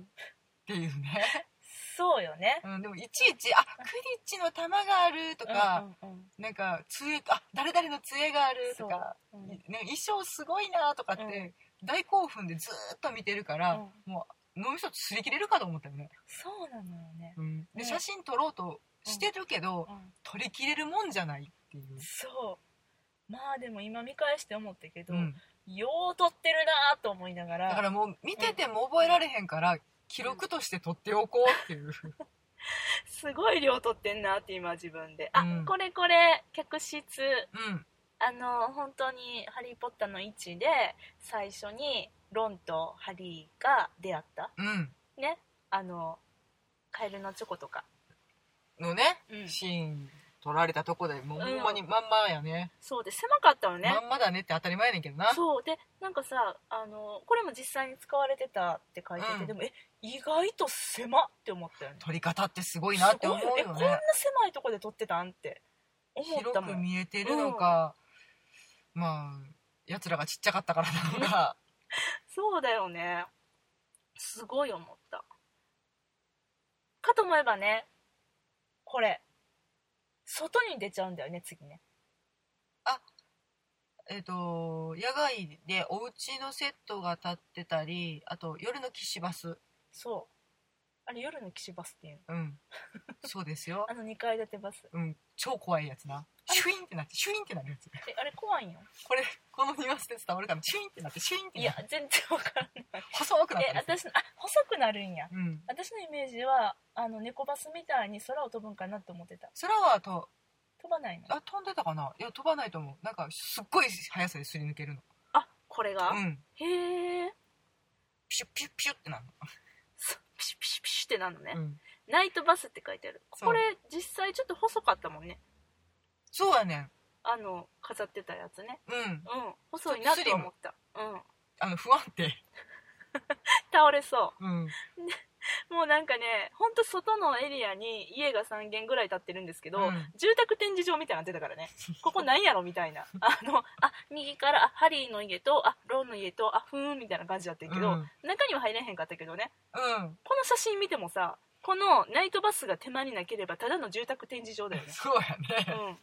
Speaker 2: ていうね、
Speaker 1: そうよね
Speaker 2: うん、でもいちいち「あクリッチの玉がある」とか、
Speaker 1: うんうんうん
Speaker 2: なんか杖あ誰々の杖があるとか、
Speaker 1: そう
Speaker 2: いね、衣装すごいなとかって大興奮でずーっと見てるから、もう脳みそ擦り切れるかと思ったよね、
Speaker 1: そうなのよね、
Speaker 2: で
Speaker 1: ね
Speaker 2: 写真撮ろうとしてるけど、
Speaker 1: うん
Speaker 2: 撮り切れるもんじゃないっていう、
Speaker 1: そうまあでも今見返して思ったけど、
Speaker 2: うん
Speaker 1: よう撮ってるなと思いながら
Speaker 2: だからもう見てても覚えられへんから記録として撮っておこうっていう、
Speaker 1: すごい量取ってんなって今自分であ、
Speaker 2: うん
Speaker 1: これこれ客室
Speaker 2: うん、
Speaker 1: あの本当に「ハリー・ポッター」の位置で最初にロンとハリーが出会った
Speaker 2: うん
Speaker 1: ねあのカエルのチョコとか、
Speaker 2: のね、
Speaker 1: うん、
Speaker 2: シーン撮られたとこでもう
Speaker 1: うん
Speaker 2: ほんまにまんまやね、
Speaker 1: そうで狭かったのね
Speaker 2: まんまだねって当たり前やねんけどな
Speaker 1: そうでなんかさあのこれも実際に使われてたって書いてて、
Speaker 2: うん
Speaker 1: でもえ意外と狭って思ったよね
Speaker 2: 撮り方ってすごいなって思う
Speaker 1: すごいえ
Speaker 2: よ
Speaker 1: こん
Speaker 2: ね
Speaker 1: な狭いとこで撮ってたんって思った
Speaker 2: 広
Speaker 1: もん
Speaker 2: く見えてるのか、まあやつらがちっちゃかったからなのか、
Speaker 1: そうだよねすごい思ったかと思えばねこれ外に出ちゃうんだよね次ね
Speaker 2: えっと野外でお家のセットが立ってたりあと夜の岸バス
Speaker 1: そうあれ夜の岸バスっていうの
Speaker 2: うんそうですよ
Speaker 1: あ、の2階建てバス
Speaker 2: うん、超怖いやつなシュインってなってシュインってなるやつ
Speaker 1: えあれ怖いんよ
Speaker 2: これこのニュアンスで伝わるかなシュインってなってシュインって
Speaker 1: い
Speaker 2: な
Speaker 1: や
Speaker 2: って
Speaker 1: 全然わからない
Speaker 2: 細くなっ
Speaker 1: え
Speaker 2: てるやつ
Speaker 1: 私のあ細くなるんや
Speaker 2: うん
Speaker 1: 私のイメージはあの猫バスみたいに空を飛ぶんかなと思ってた
Speaker 2: 空はと
Speaker 1: 飛ばないの
Speaker 2: あ飛んでたかないや飛ばないと思うなんかすっごい速さですり抜けるの
Speaker 1: あこれが
Speaker 2: うん
Speaker 1: へえ
Speaker 2: ピシュッピシュッピシュッってなる
Speaker 1: ピシュピシュピシュってなるのね、
Speaker 2: の、うん、
Speaker 1: ナイトバスって書いてある
Speaker 2: そう
Speaker 1: これ実際ちょっと細かったもんね
Speaker 2: そうやねん
Speaker 1: あの飾ってたやつね
Speaker 2: うん
Speaker 1: うん細いなと思ったうん
Speaker 2: あの不安定
Speaker 1: 倒れそ
Speaker 2: うん
Speaker 1: うもうなんかねほんと外のエリアに家が3軒ぐらい建ってるんですけど、
Speaker 2: うん
Speaker 1: 住宅展示場みたいになってたからねここなんやろみたいなあのあ右からあハリーの家とあロンの家とあふーんみたいな感じだったけど、
Speaker 2: うん
Speaker 1: 中には入れへんかったけどね
Speaker 2: うん
Speaker 1: この写真見てもさこのナイトバスが手間になければただの住宅展示場だよ ね
Speaker 2: そうや
Speaker 1: う
Speaker 2: ね、
Speaker 1: ん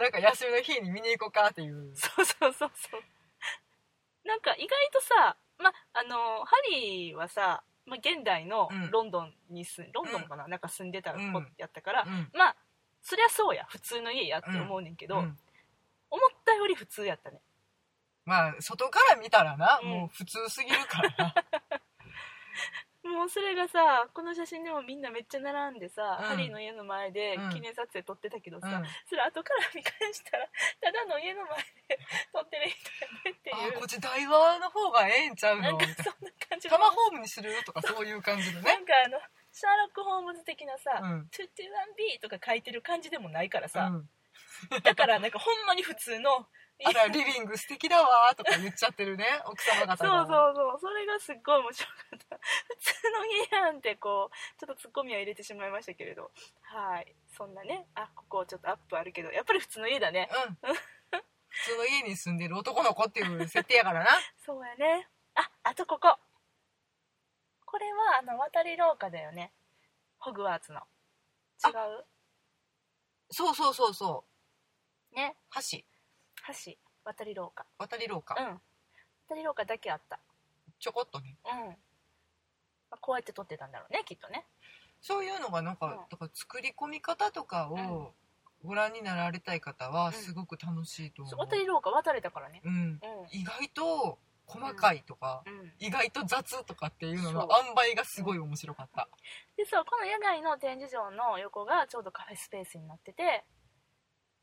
Speaker 2: なんか休みの日に見に行こうかっていう
Speaker 1: そうそうそうそうなんか意外とさまあのハリーはさ、ま、現代の
Speaker 2: うん
Speaker 1: ロンドンに住ん、ロンドンかな、なんか住んでた子
Speaker 2: うん
Speaker 1: やったから、
Speaker 2: うん
Speaker 1: まあそりゃそうや普通の家やって思うねんけど、
Speaker 2: うん
Speaker 1: 思ったより普通やったね
Speaker 2: まあ外から見たらな、
Speaker 1: うん
Speaker 2: もう普通すぎるからな
Speaker 1: もうそれがさこの写真でもみんなめっちゃ並んでさ、
Speaker 2: うん
Speaker 1: ハリーの家の前で
Speaker 2: うん
Speaker 1: 記念撮影撮ってたけどさ、
Speaker 2: うん
Speaker 1: それ後から見返したらただの家の前で撮ってる人やねっ
Speaker 2: あ
Speaker 1: ていう
Speaker 2: こっち台湾の方がええんちゃう
Speaker 1: な
Speaker 2: の
Speaker 1: ん
Speaker 2: み
Speaker 1: か
Speaker 2: たいな
Speaker 1: そんな感じ
Speaker 2: タマホームにするとかそういう感じの
Speaker 1: な
Speaker 2: ね
Speaker 1: んかあのシャーロック・ホームズ的なさ「
Speaker 2: うん
Speaker 1: 221B」とか書いてる感じでもないからさ、
Speaker 2: うん
Speaker 1: だからなんかほんまに普通の
Speaker 2: あらリビング素敵だわーとか言っちゃってるね 奥 様
Speaker 1: そ
Speaker 2: 方
Speaker 1: う
Speaker 2: が
Speaker 1: そうそうそれがすっごい面白かった普通の家なんてこうちょっとツッコミは入れてしまいましたけれどはいそんなねあここちょっとアップあるけどやっぱり普通の家だね
Speaker 2: うん普通の家に住んでる男の子っていう設定やからな
Speaker 1: そうやねああとこここれはあの渡り廊下だよねホグワーツの違
Speaker 2: そうそうそうそう
Speaker 1: ね
Speaker 2: う橋
Speaker 1: 橋渡り廊下
Speaker 2: 渡り廊下、
Speaker 1: うん渡り廊下だけあった
Speaker 2: ちょこっとね
Speaker 1: うん、まあ、こうやって撮ってたんだろうねきっとね
Speaker 2: そういうのがなんか、
Speaker 1: うん
Speaker 2: だから作り込み方とかをご覧になられたい方
Speaker 1: うん
Speaker 2: はすごく楽しいと思
Speaker 1: そう
Speaker 2: う。
Speaker 1: 渡り廊下渡れたからね
Speaker 2: うん、
Speaker 1: う
Speaker 2: 意外と細かいとか、
Speaker 1: ん、うん、
Speaker 2: 意外と雑とかっていうのの
Speaker 1: そう
Speaker 2: 塩梅がすごい面白かった。
Speaker 1: でそうこの野外の展示場の横がちょうどカフェスペースになってて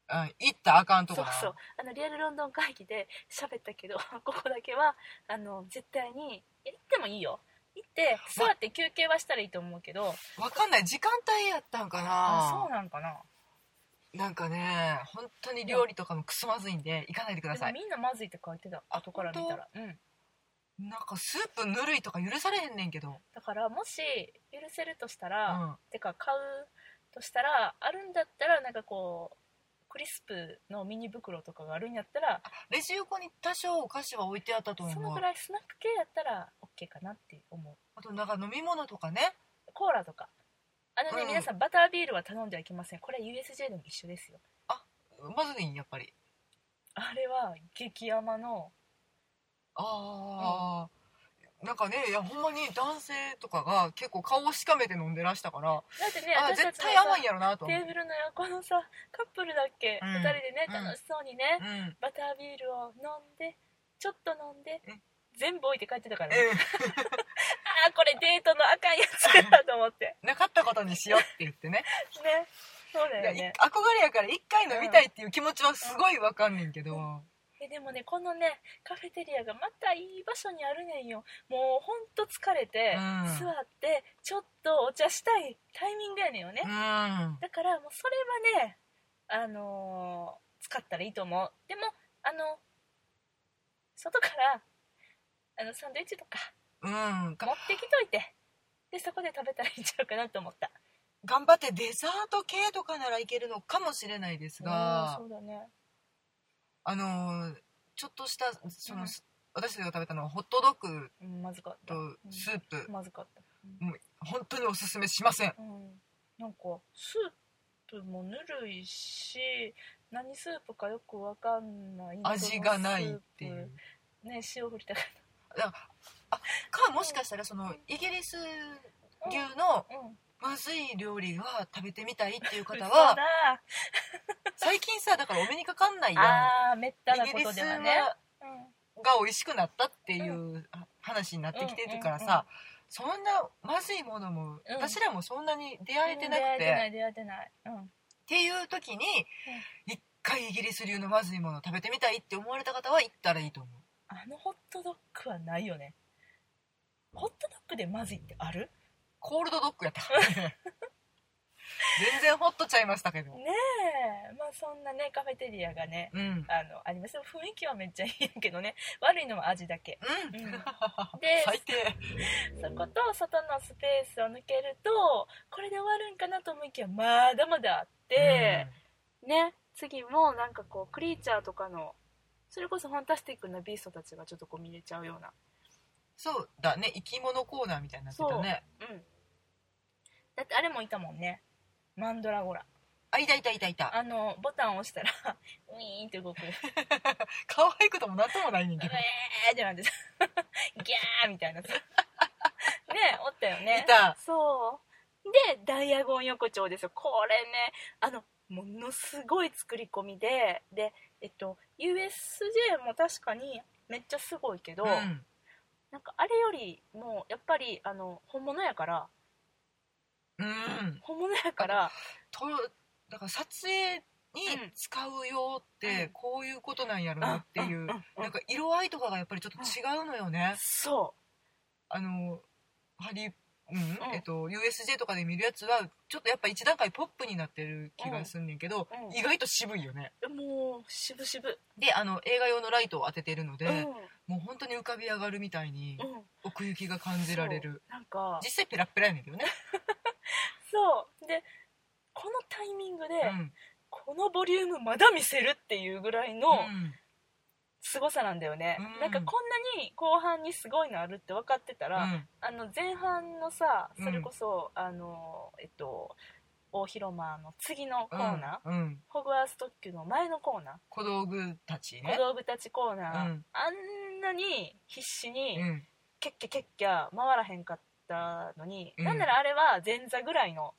Speaker 2: うん、行ったらあかんと
Speaker 1: そ
Speaker 2: こ
Speaker 1: う
Speaker 2: な。
Speaker 1: そうあのリアルロンドン会議で 喋ったけどここだけはあの絶対にいや行ってもいいよ行って座って休憩はしたらいいと思うけど
Speaker 2: わかんない時間帯やったんかな。
Speaker 1: あそうなんかな
Speaker 2: なんかね本当に料理とかもくそまずいんで行かないでくだ
Speaker 1: で
Speaker 2: さ
Speaker 1: も
Speaker 2: い
Speaker 1: みんなまずいって書いてた
Speaker 2: あ
Speaker 1: 後から見たら、うん、
Speaker 2: なんかスープぬるいとか許されへんねんけど、
Speaker 1: だからもし許せるとした
Speaker 2: う
Speaker 1: ら、
Speaker 2: ん、
Speaker 1: てか買うとしたらあるんだったらなんかこうクリスプのミニ袋とかがあるんやったら
Speaker 2: レジ横に多少お菓子は置いてあったと
Speaker 1: その
Speaker 2: 思う
Speaker 1: ぐらいスナック系やったら OK かなって思う
Speaker 2: あとなんか飲み物とかね
Speaker 1: コーラとかあのね、
Speaker 2: うん
Speaker 1: 皆さんバタービールは頼んではいけませんこれは USJ でも一緒ですよ
Speaker 2: まずいんやっぱり
Speaker 1: あれは激甘の
Speaker 2: ああ、なんかねいやほんまに男性とかが結構顔をしかめて飲んでらしたから、
Speaker 1: だってね
Speaker 2: あ
Speaker 1: 私たち
Speaker 2: 絶
Speaker 1: の
Speaker 2: 対甘いん
Speaker 1: さ
Speaker 2: やろなと思
Speaker 1: テ
Speaker 2: う
Speaker 1: ーブルの横のさカップルだっけ、
Speaker 2: う
Speaker 1: 二
Speaker 2: ん
Speaker 1: 2人でね
Speaker 2: うん
Speaker 1: 楽しそうにね、
Speaker 2: うん、うん
Speaker 1: バタービールを飲んでちょっと飲んで
Speaker 2: うん
Speaker 1: 全部置いて帰ってたから、ね、ああこれデートのあかんやつだと思って
Speaker 2: なかったことにしようって言ってね
Speaker 1: ね そうだ
Speaker 2: いや
Speaker 1: よ
Speaker 2: い
Speaker 1: ね
Speaker 2: 憧れやから一回飲みたいっていう気持ちはすごいわかんねんけど、
Speaker 1: うえでもねこのねカフェテリアがまたいい場所にあるねんよもうほんと疲れて、
Speaker 2: うん
Speaker 1: 座ってちょっとお茶したいタイミングやねんよね、
Speaker 2: うん
Speaker 1: だからもうそれはねあのー使ったらいいと思うでもあの外からあのサンドイッチとか
Speaker 2: うん、
Speaker 1: 持
Speaker 2: が
Speaker 1: ってきといてでそこで食べたらいいんちゃうかなと思った
Speaker 2: 頑張ってデザート系とかならいけるのかもしれないですが
Speaker 1: うんそうだね
Speaker 2: あのーちょっとしたその、
Speaker 1: うん
Speaker 2: 私が食べたのはホットドッグ
Speaker 1: うんまずかった
Speaker 2: とスープ、
Speaker 1: まずかった、
Speaker 2: 本当におすすめしません
Speaker 1: うん、なんかスープもぬるいし何スープかよくわかんない
Speaker 2: 味がないってい
Speaker 1: このス
Speaker 2: う
Speaker 1: ープね塩振りたかっ
Speaker 2: かもしかしたらそのイギリス
Speaker 1: た
Speaker 2: 牛の
Speaker 1: うんうん
Speaker 2: まずい料理が食べてみたいっていう
Speaker 1: 嘘
Speaker 2: 方
Speaker 1: だ
Speaker 2: は最近さだからお目にかかんないや
Speaker 1: あーめったなん
Speaker 2: イギ
Speaker 1: こ
Speaker 2: リ
Speaker 1: と
Speaker 2: ス
Speaker 1: では
Speaker 2: は
Speaker 1: ね、
Speaker 2: が美味しくなったっていう話になってきてるからさそんなまずいものも
Speaker 1: うん
Speaker 2: 私らもそんなに
Speaker 1: 出
Speaker 2: 出会えてなく
Speaker 1: 出会えてない
Speaker 2: て
Speaker 1: 出会えてない、うん、
Speaker 2: っていう時に一回イギリス流のまずいものを食べてみたいって思われた方は行ったらいいと思う
Speaker 1: あのホットドッグはないよねホットドッグでまずいってある
Speaker 2: コールドドッ グやった全然ホッとちゃいましたけど
Speaker 1: ねえまあそんなねカフェテリアがね
Speaker 2: うんうん
Speaker 1: あのありますよ雰囲気はめっちゃいいんやけどね悪いのは味だけうんで
Speaker 2: 最低
Speaker 1: そこと外のスペースを抜けるとこれで終わるんかなと思いきやまだまだあって、ね次もなんかこうクリーチャーとかのそれこそファンタスティックなビーストたちがちょっとこう見れちゃうような
Speaker 2: そうだね生き物コーナーみたいになってたね
Speaker 1: うんだってあれもいたもんねマンドラゴラ
Speaker 2: あいたいたいたいた
Speaker 1: あのボタンを押したら ウィーンって動くウェ
Speaker 2: 可愛くともなんともないねんけど、
Speaker 1: ーってなってた ギャーみたいなさ ねおったよね
Speaker 2: いた
Speaker 1: そうでダイヤゴン横丁ですよこれねあのものすごい作り込みででえっと USJ も確かにめっちゃすごいけど、
Speaker 2: うん
Speaker 1: なんかあれよりもやっぱりあの本物やから
Speaker 2: うん
Speaker 1: 本物やから
Speaker 2: とだから撮影に使うよって
Speaker 1: うん
Speaker 2: こういうことなんやろなっていう、
Speaker 1: んんん
Speaker 2: なんか色合いとかがやっぱりちょっと違うのよね、
Speaker 1: そ
Speaker 2: あのハリうん
Speaker 1: ん
Speaker 2: えっと、USJ とかで見るやつはちょっとやっぱ一段階ポップになってる気がすんねんけど、
Speaker 1: うんうん
Speaker 2: 意外と渋いよね
Speaker 1: うもう渋々
Speaker 2: であの映画用のライトを当ててるので、
Speaker 1: うん
Speaker 2: もう本当に浮かび上がるみたいに
Speaker 1: うん
Speaker 2: 奥行きが感じられる
Speaker 1: なんか
Speaker 2: 実際ペラッペラやねんけどね、
Speaker 1: そうでこのタイミングで、
Speaker 2: うん
Speaker 1: このボリュームまだ見せるっていうぐらいの、
Speaker 2: うん
Speaker 1: 凄さなんだよね、
Speaker 2: うん
Speaker 1: なんかこんなに後半にすごいのあるって分かってたら、
Speaker 2: うん
Speaker 1: あの前半のさ
Speaker 2: うん
Speaker 1: それこそ、あのえっと大広間の次のコーナー、
Speaker 2: うんうん
Speaker 1: ホグワーツ特急の前のコーナー
Speaker 2: 小道具たち
Speaker 1: 小
Speaker 2: ね
Speaker 1: 道具たちコーナー、
Speaker 2: うん
Speaker 1: あんなに必死に、
Speaker 2: うん
Speaker 1: キャッキャキャッキャ回らへんかったのに、
Speaker 2: うん
Speaker 1: なんならあれは前座ぐらいの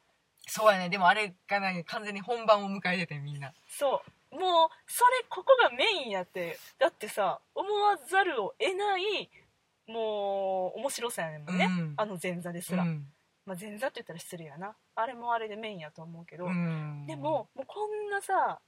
Speaker 2: そうやねでもあれがね完全に本番を迎えててみんな
Speaker 1: そうもうそれここがメインやってだってさ思わざるを得ないもう面白さやねんもんね、
Speaker 2: うん
Speaker 1: あの前座ですら、
Speaker 2: うん
Speaker 1: まあ、前座って言ったら失礼やなあれもあれでメインやと思うけど、
Speaker 2: うん
Speaker 1: でももうこんなさ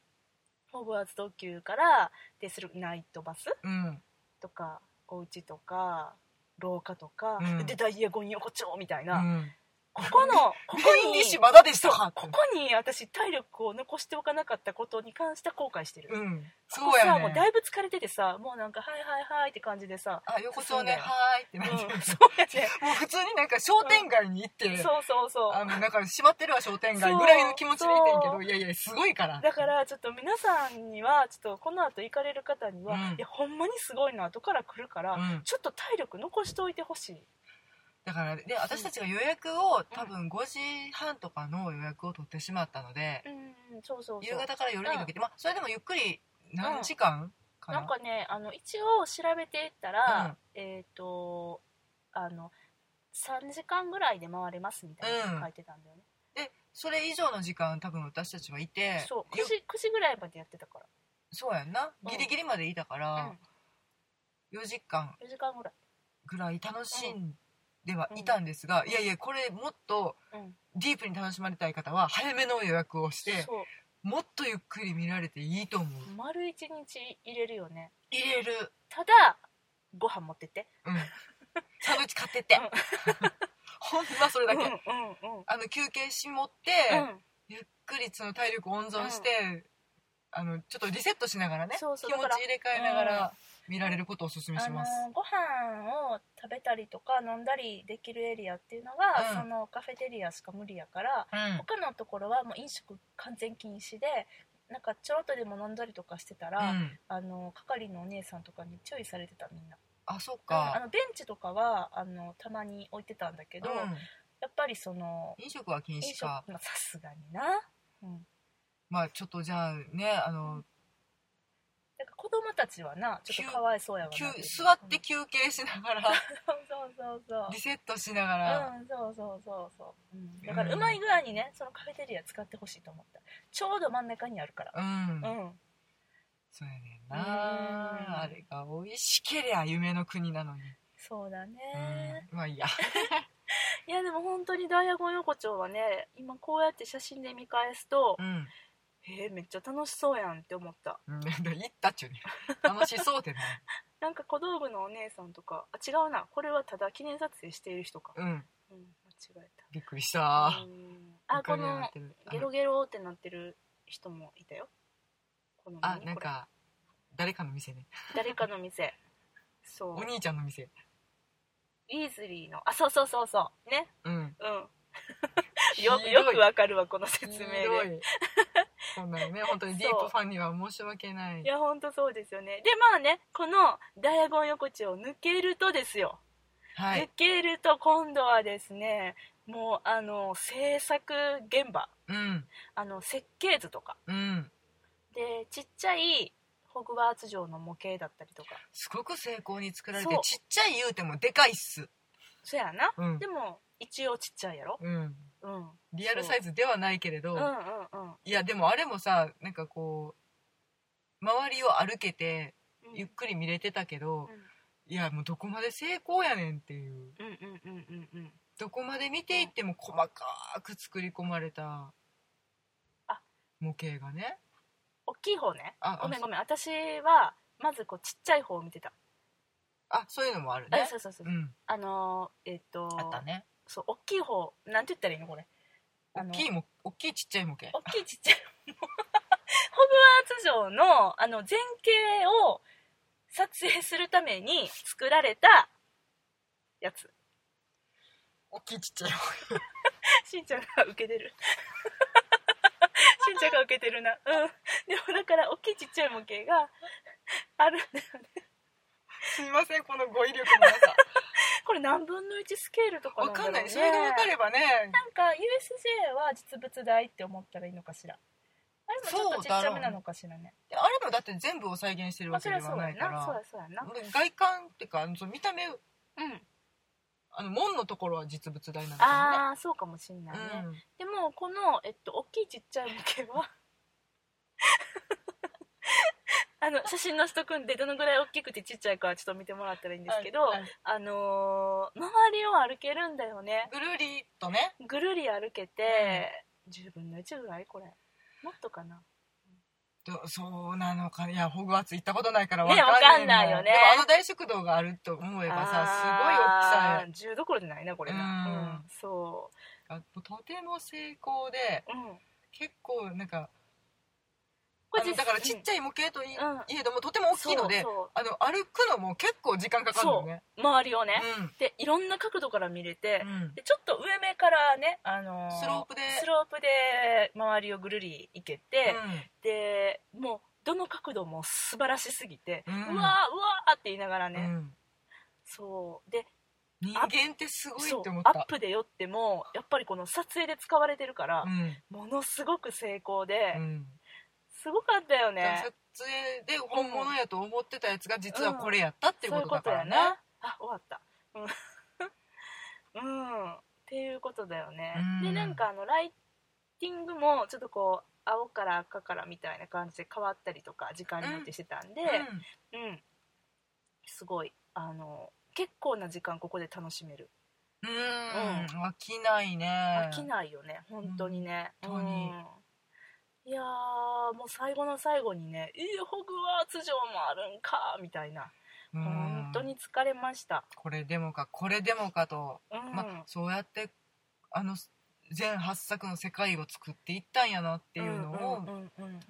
Speaker 1: ホグワーツ特急からでするナイトバス
Speaker 2: うん
Speaker 1: とかお家とか廊下とか、
Speaker 2: うん
Speaker 1: でダイヤゴン横丁みたいな、
Speaker 2: うん
Speaker 1: こ このここ
Speaker 2: メインデ
Speaker 1: に
Speaker 2: ィッシュまだでしたか
Speaker 1: ここに私体力を残しておかなかったことに関しては後悔してる、
Speaker 2: うん
Speaker 1: こ
Speaker 2: そう
Speaker 1: こ
Speaker 2: や
Speaker 1: さもうだ
Speaker 2: ね
Speaker 1: いぶ疲れててさもうなんか「はいはいはい」って感じでさ、
Speaker 2: あ横
Speaker 1: そ
Speaker 2: 丁ね
Speaker 1: うだよ
Speaker 2: はーいって
Speaker 1: うん、
Speaker 2: なっ
Speaker 1: そう
Speaker 2: てる、
Speaker 1: やね
Speaker 2: もう普通になんか商店街に行って、
Speaker 1: そうそうそう
Speaker 2: あのなんか閉まってるわ商店街ぐらいの気持ちでいてんけ
Speaker 1: そ
Speaker 2: どいやいやすごいから
Speaker 1: だからちょっと皆さんにはちょっとこの後行かれる方には、
Speaker 2: うん
Speaker 1: いやほんまにすごいの後から来るから、
Speaker 2: うん
Speaker 1: ちょっと体力残しておいてほしい
Speaker 2: だからで私たちが予約を多分5時半とかの予約を取ってしまったので、
Speaker 1: うんそうそうそう
Speaker 2: 夕方から夜にかけて、まあそれでもゆっくり何時間かな,、
Speaker 1: なんかねあの一応調べていったら、えっ、とあの3時間ぐらいで回れますみたいな
Speaker 2: う
Speaker 1: の
Speaker 2: ん
Speaker 1: 書いてたんだよね、
Speaker 2: でそれ以上の時間多分私たちはいて
Speaker 1: そう9
Speaker 2: ゆ
Speaker 1: 時 ,9 時ぐらいまでやってたか
Speaker 2: そうやんな
Speaker 1: うん、
Speaker 2: ギリギリまでいたか
Speaker 1: う
Speaker 2: ら
Speaker 1: ん
Speaker 2: ら、、4時間
Speaker 1: 4時間ぐらい、
Speaker 2: ぐらい楽しんではいたんですが、いやいやこれもっと
Speaker 1: うん、
Speaker 2: ディープに楽しまれたい方は早めの予約をして
Speaker 1: そう
Speaker 2: もっとゆっくり見られていいと思う
Speaker 1: 丸1日入れるよね
Speaker 2: 入れる、
Speaker 1: ただご飯持ってって
Speaker 2: うん、サンドイッチ買ってって、
Speaker 1: うん
Speaker 2: ほんまそれだけ、
Speaker 1: うんうんうん
Speaker 2: あの休憩しもって、
Speaker 1: うん
Speaker 2: ゆっくりその体力温存して、あのちょっとリセットしながらね
Speaker 1: そうそう
Speaker 2: 気持ち
Speaker 1: だから
Speaker 2: 入れ替えながら見られることをおすすめ
Speaker 1: あ
Speaker 2: し
Speaker 1: の
Speaker 2: ます、
Speaker 1: ご飯を食べたりとか飲んだりできるエリアっていうのが、
Speaker 2: うん
Speaker 1: そのカフェテリアしか無理やから、
Speaker 2: うん
Speaker 1: 他のところはもう飲食完全禁止でなんかちょろっとでも飲んだりとかしてたら、
Speaker 2: うん
Speaker 1: あの係のお姉さんとかに注意されてたみんな、
Speaker 2: あそっ
Speaker 1: あ
Speaker 2: か、
Speaker 1: のベンチとかはあのたまに置いてたんだけど、
Speaker 2: う
Speaker 1: や
Speaker 2: ん
Speaker 1: っぱりその
Speaker 2: 飲食は禁
Speaker 1: 飲
Speaker 2: 止
Speaker 1: 食
Speaker 2: か
Speaker 1: まあさすがにな
Speaker 2: まあちょっとじゃあねあの、
Speaker 1: だから子供たちはなちょっとかわいそうやわな
Speaker 2: 休
Speaker 1: っていう
Speaker 2: 座って休憩しながら
Speaker 1: そうそうそうそう
Speaker 2: リセットしながら、
Speaker 1: うん、そうそうそうそう、うん、だからうまい具合にねそのカフェテリア使ってほしいと思ったちょうど真ん中にあるから
Speaker 2: うん
Speaker 1: うん
Speaker 2: そうやねん
Speaker 1: うん
Speaker 2: なあれが美味しけりゃ夢の国なのに、
Speaker 1: そうだね、
Speaker 2: うん、まあいいや
Speaker 1: いやでも本当にダイヤゴン横丁はね今こうやって写真で見返すと、
Speaker 2: うん
Speaker 1: へえめっちゃ楽しそうやんって思った
Speaker 2: うん 行ったっちゅうね楽しそうでね
Speaker 1: なんか小道具のお姉さんとかあ違うなこれはただ記念撮影している人か、
Speaker 2: うん
Speaker 1: うん、間違えた
Speaker 2: びっくりした
Speaker 1: うんあこのゲロゲロってなってる人もいたよこの
Speaker 2: あ
Speaker 1: 何
Speaker 2: なん
Speaker 1: これ
Speaker 2: か誰かの店ね
Speaker 1: 誰かの店そう
Speaker 2: お兄ちゃんの店
Speaker 1: ウィーズリーのあそうそうそうそうね
Speaker 2: うん
Speaker 1: うんよ
Speaker 2: ひどい
Speaker 1: よくわかるわこの説
Speaker 2: ひ
Speaker 1: 明
Speaker 2: どい
Speaker 1: で
Speaker 2: そんなのね本当にディープファンには申し訳ない
Speaker 1: いやほんとそうですよねでまあねこのダイヤゴン横丁を抜けるとですよ、
Speaker 2: は
Speaker 1: 抜
Speaker 2: い
Speaker 1: けると今度はですねもうあの制作現場
Speaker 2: うん
Speaker 1: あの設計図とか
Speaker 2: うん
Speaker 1: でちっちゃいホグワーツ城の模型だったりとか
Speaker 2: すごく精巧に作られて
Speaker 1: そう
Speaker 2: ちっちゃい言うてもでかいっす
Speaker 1: そやな
Speaker 2: うん
Speaker 1: でも一応ちっちゃいやろ
Speaker 2: うん
Speaker 1: うんうん
Speaker 2: リアルサイズではないけれど、
Speaker 1: うんうん
Speaker 2: いやでもあれもさなんかこう周りを歩けて
Speaker 1: うん
Speaker 2: ゆっくり見れてたけど、
Speaker 1: うん
Speaker 2: いやもうどこまで成功やねんっていう
Speaker 1: うんうんうんうんうん
Speaker 2: どこまで見ていっても細かく作り込まれた
Speaker 1: あ
Speaker 2: 模型がね
Speaker 1: 大きい方ね
Speaker 2: あ
Speaker 1: ごめん
Speaker 2: あ
Speaker 1: ごめん私はまずこうちっちゃい方を見てた、
Speaker 2: あそういうのもある
Speaker 1: あ
Speaker 2: ね
Speaker 1: そうそうそう、
Speaker 2: うん
Speaker 1: あのーえっ、と
Speaker 2: あったね
Speaker 1: そう大きい方なんて言ったらいいのこれあ
Speaker 2: 大
Speaker 1: の
Speaker 2: きいも大きいちっちゃい模型
Speaker 1: 大きいちっちゃい ホグワーツ城のあの前景を撮影するために作られたやつ
Speaker 2: 大きいちっちゃい模 型
Speaker 1: しんちゃんが受けて るしんちゃんが受けてるなうんでもだから大きいちっちゃい模型があるんだよね
Speaker 2: すいませんこの語彙力の なさ
Speaker 1: これ何分の1スケールとか
Speaker 2: わ
Speaker 1: なんだ
Speaker 2: か
Speaker 1: ろうんね
Speaker 2: ないそれがわかればね
Speaker 1: なんか USJ は実物大って思ったらいいのかしらあれもちょっとちっちゃめなのかしらね
Speaker 2: であれもだって全部を再現してる
Speaker 1: まあ
Speaker 2: わ
Speaker 1: そ
Speaker 2: け
Speaker 1: りゃ
Speaker 2: で
Speaker 1: そ
Speaker 2: は
Speaker 1: う
Speaker 2: な
Speaker 1: や
Speaker 2: いか
Speaker 1: なそう
Speaker 2: ら
Speaker 1: やそうやな
Speaker 2: で外観っていうかあのその見た目
Speaker 1: うん
Speaker 2: あの門のところは実物大なんだ
Speaker 1: ああそうかもしんない
Speaker 2: け
Speaker 1: ね
Speaker 2: ど、ね、うん、
Speaker 1: でもこの、えっと、大きいちっちゃい模型は あの写真のスト君でどのぐらい大きくてちっちゃいかはちょっと見てもらったらいいんですけど、
Speaker 2: はいはい
Speaker 1: あのー周りを歩けるんだよね
Speaker 2: ぐるりとね
Speaker 1: ぐるり歩けて、10分の1ぐらいこれもっとかな
Speaker 2: どそうなのかねいやホグワーツ行ったことないからわかん
Speaker 1: ねわかんない
Speaker 2: も
Speaker 1: よね
Speaker 2: でもあの大食堂があると思えばさすご
Speaker 1: 大
Speaker 2: い大きさや
Speaker 1: きさ10どころじゃないなこれな
Speaker 2: う
Speaker 1: うんん、そ
Speaker 2: あととても成功で
Speaker 1: う、うん、
Speaker 2: 結構なんか
Speaker 1: こ
Speaker 2: あのだからちっちゃい模型といい,、
Speaker 1: うん
Speaker 2: えどもとても大きいので
Speaker 1: そうそ
Speaker 2: あの歩くのも結構時間かかるのね
Speaker 1: う周りをね、
Speaker 2: うん
Speaker 1: でいろんな角度から見れて、
Speaker 2: うん
Speaker 1: でちょっと上目からね、あのー
Speaker 2: スロープで
Speaker 1: スロープで周りをぐるり行けて、でもうどの角度も素晴らしすぎて、
Speaker 2: う
Speaker 1: うんわーうわーって言いながら
Speaker 2: う
Speaker 1: ね、
Speaker 2: んうん
Speaker 1: そうで
Speaker 2: 人間ってすごい
Speaker 1: そう
Speaker 2: って思っ
Speaker 1: ア
Speaker 2: た
Speaker 1: ップで酔ってもやっぱりこの撮影で使われてるから
Speaker 2: う、ん
Speaker 1: ものすごく成功で、
Speaker 2: うん
Speaker 1: すごかったよ
Speaker 2: だから
Speaker 1: ね
Speaker 2: 撮影で本物やと思ってたやつが実はこれやったっていう
Speaker 1: そうい
Speaker 2: こ
Speaker 1: う
Speaker 2: と
Speaker 1: こ
Speaker 2: だ
Speaker 1: と
Speaker 2: か
Speaker 1: や
Speaker 2: ら
Speaker 1: ね
Speaker 2: ね
Speaker 1: あ終わったうん うんっていうことだよね
Speaker 2: うん
Speaker 1: でなんかあのライティングもちょっとこう青から赤からみたいな感じで変わったりとか時間によってしてたんで
Speaker 2: うん
Speaker 1: うん、すごいあの結構な時間ここで楽しめる、
Speaker 2: うーん、飽きない
Speaker 1: 飽
Speaker 2: ね
Speaker 1: きないよね本当にね、
Speaker 2: うん本当に
Speaker 1: うんいやーもう最後の最後にね「えー、ホグワーツ城もあるんか」みたいな
Speaker 2: うん
Speaker 1: 本当に疲れました、
Speaker 2: これでもかこれでもかと、
Speaker 1: うん
Speaker 2: まあ、そうやってあの全8作の世界を作っていったんやなっていうのを
Speaker 1: んうんうんうん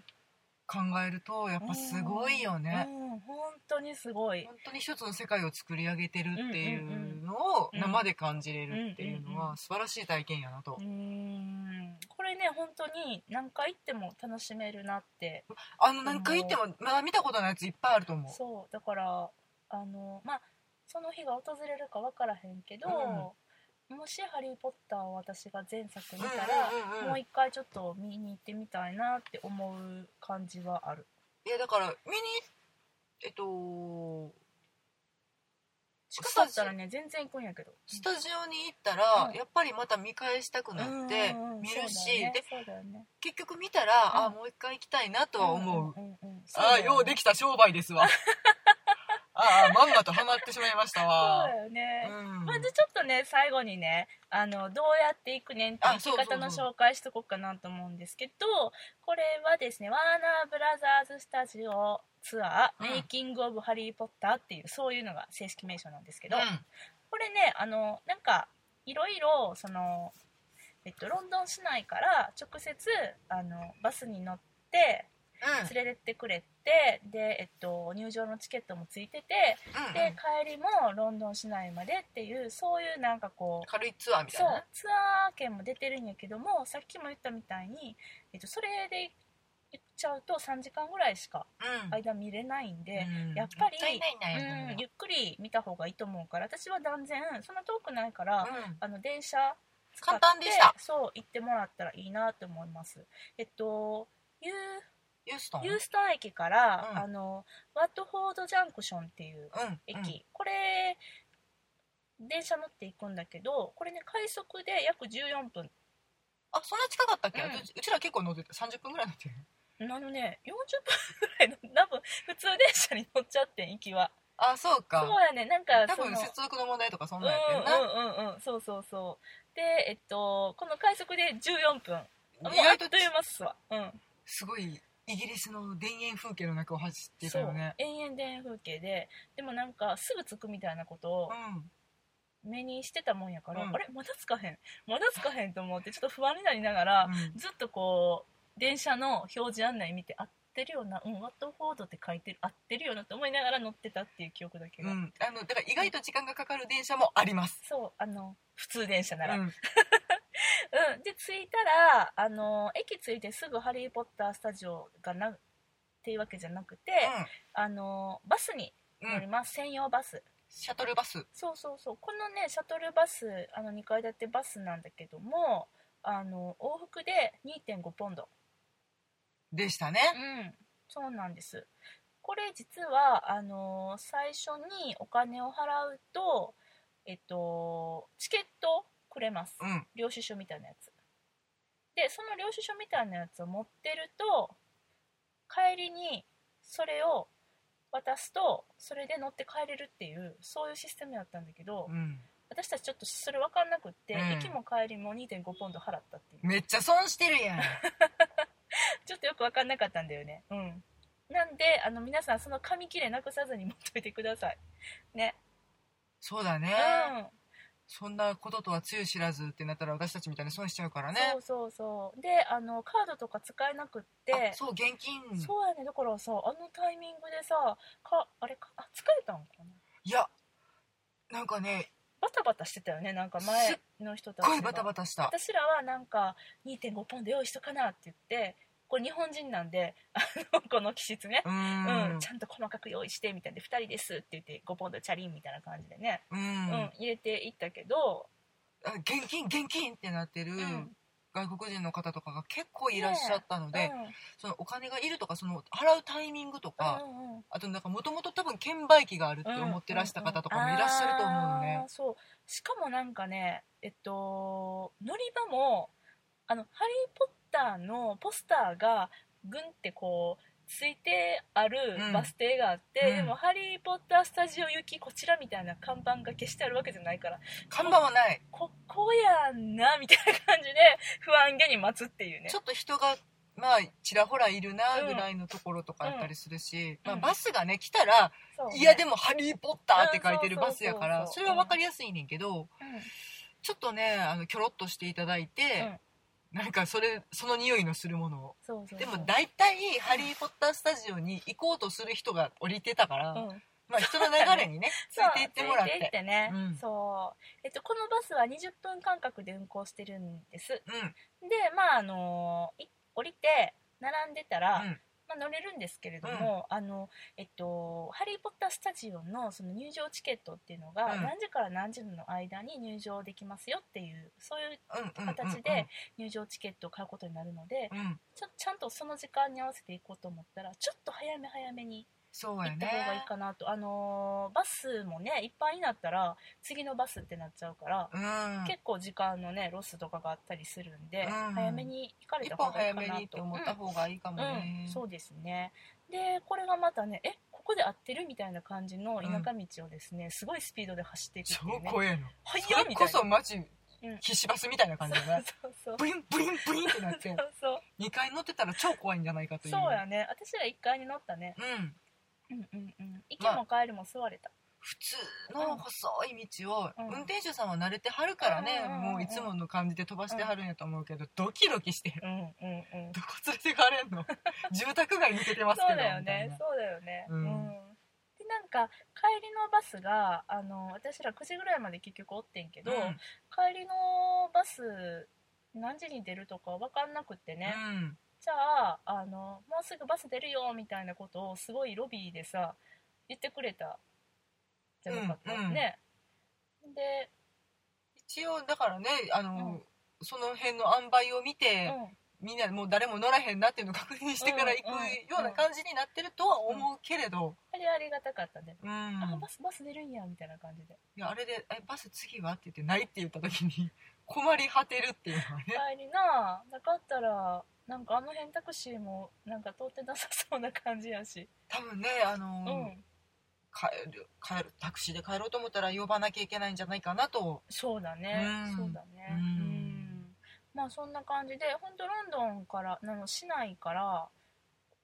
Speaker 2: 考えるとやっぱすごいよね、
Speaker 1: うん本当にすごい
Speaker 2: 本当に一つの世界を作り上げてるっていうのを
Speaker 1: うんうん
Speaker 2: 生で感じれるっていうの
Speaker 1: う
Speaker 2: は素晴らしい体験やなと、
Speaker 1: うんこれね本当に何回行っても楽しめるなって
Speaker 2: あの何回行ってもまだ見たことないやついっぱいあると思う
Speaker 1: そうだからあのまあその日が訪れるか分からへんけど、もし「ハリー・ポッター」を私が前作見たら、
Speaker 2: うんうんうん
Speaker 1: も
Speaker 2: う
Speaker 1: うん一回ちょっと見に行ってみたいなって思う感じはある
Speaker 2: いやだから見にえっと
Speaker 1: 近かったらね全然行くんやけど
Speaker 2: スタジオに行ったら、
Speaker 1: うん
Speaker 2: やっぱりまた見返したくなって
Speaker 1: うんうんうん
Speaker 2: 見るし、で
Speaker 1: そうだよね
Speaker 2: 結局見たら、
Speaker 1: うん
Speaker 2: あもう一回行きたいなとは思う,、
Speaker 1: んんんん
Speaker 2: ああようできた商売ですわ ああまんまとハマってしまいました
Speaker 1: そう
Speaker 2: わ
Speaker 1: だよね、
Speaker 2: うん
Speaker 1: まずちょっとね最後にねあのどうやっていくねんって
Speaker 2: あ
Speaker 1: 生
Speaker 2: そ
Speaker 1: き
Speaker 2: うそうそう
Speaker 1: 方の紹介しとこうかなと思うんですけどこれはですねワーナーブラザーズスタジオツアー、
Speaker 2: うん
Speaker 1: メイキング・オブ・ハリー・ポッターっていうそういうのが正式名称なんですけ
Speaker 2: う
Speaker 1: ど、
Speaker 2: ん
Speaker 1: これねあのなんかいろいろその、えっと、ロンドン市内から直接あのバスに乗って
Speaker 2: うん
Speaker 1: 連れてってくれてで、えっと、入場のチケットもついてて
Speaker 2: うん
Speaker 1: で帰りもロンドン市内までっていうそういうなんかこう
Speaker 2: 軽いツアーみたい
Speaker 1: そう
Speaker 2: なね
Speaker 1: ツアー券も出てるんやけどもさっきも言ったみたいに、えっと、それで行っちゃうと3時間ぐらいしか
Speaker 2: うん
Speaker 1: 間見れないんで、
Speaker 2: うん
Speaker 1: やっぱり
Speaker 2: もたいないなやるの
Speaker 1: う
Speaker 2: は
Speaker 1: んゆっくり見た方がいいと思うから私は断然そんな遠くないから、
Speaker 2: うん
Speaker 1: あの電車使って
Speaker 2: 簡単でした
Speaker 1: そう行ってもらったらいいなと思います。えっとユー
Speaker 2: ユーストン
Speaker 1: ユーストン駅から、
Speaker 2: うん
Speaker 1: あのワットフォードジャンクションっていう
Speaker 2: うん
Speaker 1: 駅、これ電車乗って行くんだけどこれね快速で約14分
Speaker 2: あそんな近かったっけ、
Speaker 1: うん
Speaker 2: うちうちら結構乗ってた30分ぐらい乗ってる
Speaker 1: あのね40分ぐらいの多分普通電車に乗っちゃってん行きは
Speaker 2: あそう
Speaker 1: そ
Speaker 2: か
Speaker 1: うやねなんか
Speaker 2: 多
Speaker 1: その
Speaker 2: 分接続の問題とかそん
Speaker 1: う
Speaker 2: なんやってるな、
Speaker 1: んうんうんうんそうそうそうでえっとこの快速で14分もう
Speaker 2: 意
Speaker 1: あ
Speaker 2: 外
Speaker 1: っ
Speaker 2: と
Speaker 1: という間っすわうん
Speaker 2: すごいイギリスの田園風景の中を走ってたよね
Speaker 1: そう延々田園風景ででもなんかすぐ着くみたいなことを
Speaker 2: うん
Speaker 1: 目にしてたもんやから、
Speaker 2: うん
Speaker 1: あれまだ着かへんまだ着かへんと思ってちょっと不安になりながら、
Speaker 2: うん
Speaker 1: ずっとこう電車の表示案内見て合ってるよなうんワットフォードって書いてる合ってるよなって思いながら乗ってたっていう記憶だけ
Speaker 2: う
Speaker 1: が、
Speaker 2: ん、あのだから意外と時間がかかる電車もあります、
Speaker 1: そうあの普通電車
Speaker 2: う
Speaker 1: なら、うん
Speaker 2: ん、
Speaker 1: で着いたらあの駅着いてすぐ「ハリー・ポッター」スタジオがなっていうわけじゃなくて、あのバスに
Speaker 2: うん
Speaker 1: 乗ります、専用バス
Speaker 2: シャトルバス
Speaker 1: そうそうそうこのねシャトルバスあの2階建てバスなんだけどもあの往復で2.5ポンド
Speaker 2: でしたね、
Speaker 1: うん、そうなんです。これ実はあのー最初にお金を払うと、えっと、チケットくれます
Speaker 2: うん
Speaker 1: 領収書みたいなやつでその領収書みたいなやつを持ってると帰りにそれを渡すとそれで乗って帰れるっていうそういうシステムだったんだけど、
Speaker 2: うん、
Speaker 1: 私たちちょっとそれ分かんなくって、
Speaker 2: うん
Speaker 1: 駅も帰りも2.5ポンド払ったっていう
Speaker 2: めっちゃ損してるやん
Speaker 1: ちょっとよく分かんなかったんだよねうんなんであの皆さんその紙切れなくさずに持っといてくださいね
Speaker 2: そうだね、
Speaker 1: うん
Speaker 2: そんなこととはつゆ知らずってなったら私たちみたいに損しちゃうからね
Speaker 1: そうそうそうであのカードとか使えなくって
Speaker 2: あそう現金
Speaker 1: そうやねだからさあのタイミングでさかあれかあ疲れたんかない
Speaker 2: やなんかね
Speaker 1: バタバタしてたよねなんか前の人たちが
Speaker 2: 声バタバタした
Speaker 1: 私らはなんか2.5ポンド用意しとかなって言ってこれ日本人なんであのこの気質ね
Speaker 2: う
Speaker 1: う
Speaker 2: ー
Speaker 1: ん、
Speaker 2: ん
Speaker 1: ちゃんと細かく用意してみたいで2人ですって言って5ポンドチャリンみたいな感じでね、
Speaker 2: う
Speaker 1: うん
Speaker 2: ん、
Speaker 1: 入れていったけど、
Speaker 2: あ現金現金ってなってる
Speaker 1: うん
Speaker 2: 外国人の方とかが結構いらっしゃったので、
Speaker 1: うん
Speaker 2: そのお金がいるとかその払うタイミングとか、
Speaker 1: うんうん
Speaker 2: あとなんかもともと多分券売機があるって思ってらした方とかもいらっしゃると思うの
Speaker 1: あ
Speaker 2: ね
Speaker 1: ー、そうしかもなんかねえっと乗り場もあの「ハリー・ポッター」のポスターがぐんってこうついてある
Speaker 2: うん
Speaker 1: バス停があって、
Speaker 2: うん
Speaker 1: でも「ハリー・ポッター・スタジオ行きこちら」みたいな看板が消してあるわけじゃないから
Speaker 2: 看板はない
Speaker 1: ここやんなみたいな感じで不安げに待つっていうね
Speaker 2: ちょっと人がまあちらほらいるなぐらいのところとかあったりするし、
Speaker 1: うんうん
Speaker 2: まあ、バスがね来たら
Speaker 1: そう
Speaker 2: 「
Speaker 1: ね
Speaker 2: いやでもハリー・ポッター」って書いてる
Speaker 1: うんそう
Speaker 2: バ
Speaker 1: そう
Speaker 2: スやから
Speaker 1: そう
Speaker 2: そ
Speaker 1: そう
Speaker 2: れは分かりやすいねんけど
Speaker 1: うん
Speaker 2: ちょっとねあのキョロッとしていただいて、なんかそれその匂いのするものを。
Speaker 1: そうそうそう
Speaker 2: でも大体「ハリー・ポッター」スタジオに行こうとする人が降りてたから、
Speaker 1: うん
Speaker 2: まあ人の流れにねつい
Speaker 1: そう
Speaker 2: ていってもら
Speaker 1: つ
Speaker 2: っ。
Speaker 1: いていっててね、
Speaker 2: うん
Speaker 1: そう、えっと、このバスは20分間隔で運行してるんです
Speaker 2: うん
Speaker 1: でまああのい降りて並んでたら、
Speaker 2: うん
Speaker 1: まあ、乗れるんですけれども、あのえっと「ハリー・ポッター・スタジオの」その入場チケットっていうのが、
Speaker 2: うん
Speaker 1: 何時から何時の間に入場できますよっていうそういう
Speaker 2: うんうんうん
Speaker 1: 形で入場チケットを買うことになるので、
Speaker 2: うん、
Speaker 1: ちょちゃんとその時間に合わせていこうと思ったらちょっと早め早めに
Speaker 2: そう
Speaker 1: 行
Speaker 2: や
Speaker 1: った方がいい
Speaker 2: ね。
Speaker 1: かなと、あのーバスもねいっぱいになったら次のバスってなっちゃうから、
Speaker 2: うん、
Speaker 1: 結構時間のねロスとかがあったりするんで、
Speaker 2: うん
Speaker 1: 早めに行かれ
Speaker 2: 一
Speaker 1: た
Speaker 2: 本
Speaker 1: 方がいい
Speaker 2: 早
Speaker 1: かな
Speaker 2: め
Speaker 1: と
Speaker 2: にって思った方がいいかも
Speaker 1: うん
Speaker 2: ね。
Speaker 1: うんそうですねでこれがまたねえここで合ってるみたいな感じの田舎道をですね、すごいスピードで走っていくっていうね
Speaker 2: 超怖えの。
Speaker 1: 早
Speaker 2: それ
Speaker 1: っみたい
Speaker 2: こ
Speaker 1: な
Speaker 2: そ街
Speaker 1: うん、
Speaker 2: ひしばすみたいな感じだね。
Speaker 1: そうそうそう
Speaker 2: ブリンブリンブリンってなって、
Speaker 1: そう
Speaker 2: 2階乗ってたら超怖いんじゃないかという。
Speaker 1: そうやね私ら1階に乗ったね
Speaker 2: うん。
Speaker 1: うんうんうん行きも帰りも座れた、
Speaker 2: 普通の細い道を、
Speaker 1: うん
Speaker 2: 運転手さんは慣れてはるからね、
Speaker 1: うんうんうんうん
Speaker 2: もういつもの感じで飛ばしてはるんやと思うけど、ドキドキしてる。
Speaker 1: うんうんうん
Speaker 2: どこ連れてかれんの 住宅街抜けてます
Speaker 1: そ
Speaker 2: けど
Speaker 1: うだよ
Speaker 2: みたい
Speaker 1: ね
Speaker 2: な。
Speaker 1: そうだよね
Speaker 2: う
Speaker 1: うんん、でなんか帰りのバスがあの私ら9時ぐらいまで結局おってんけど、
Speaker 2: うん
Speaker 1: 帰りのバス何時に出るとか分かんなくってね、
Speaker 2: うん
Speaker 1: じゃああのもうすぐバス出るよみたいなことをすごいロビーでさ言ってくれたじゃなかった、
Speaker 2: うんうん
Speaker 1: ねで、
Speaker 2: 一応だからねあの、
Speaker 1: うん
Speaker 2: その辺の塩梅を見て、
Speaker 1: うん
Speaker 2: みんなもう誰も乗らへんなっていうのを確認してから行く
Speaker 1: うんうん
Speaker 2: ような感じになってるとは思うけれど、
Speaker 1: あれありがたかったね、
Speaker 2: うん
Speaker 1: あバスバス出るんやみたいな感じで
Speaker 2: いやあれで「えバス次は?」って言って「ない」って言った時に困り果てるっていうのはね
Speaker 1: 帰りななかったらなんかあの辺タクシーもなんか通ってなさそうな感じやし
Speaker 2: 多分ねあの、
Speaker 1: うん、
Speaker 2: 帰る帰るタクシーで帰ろうと思ったら呼ばなきゃいけないんじゃないかなと、
Speaker 1: そうだね、
Speaker 2: うん
Speaker 1: そうだね
Speaker 2: うん
Speaker 1: うんまあそんな感じで本当ロンドンからなの市内から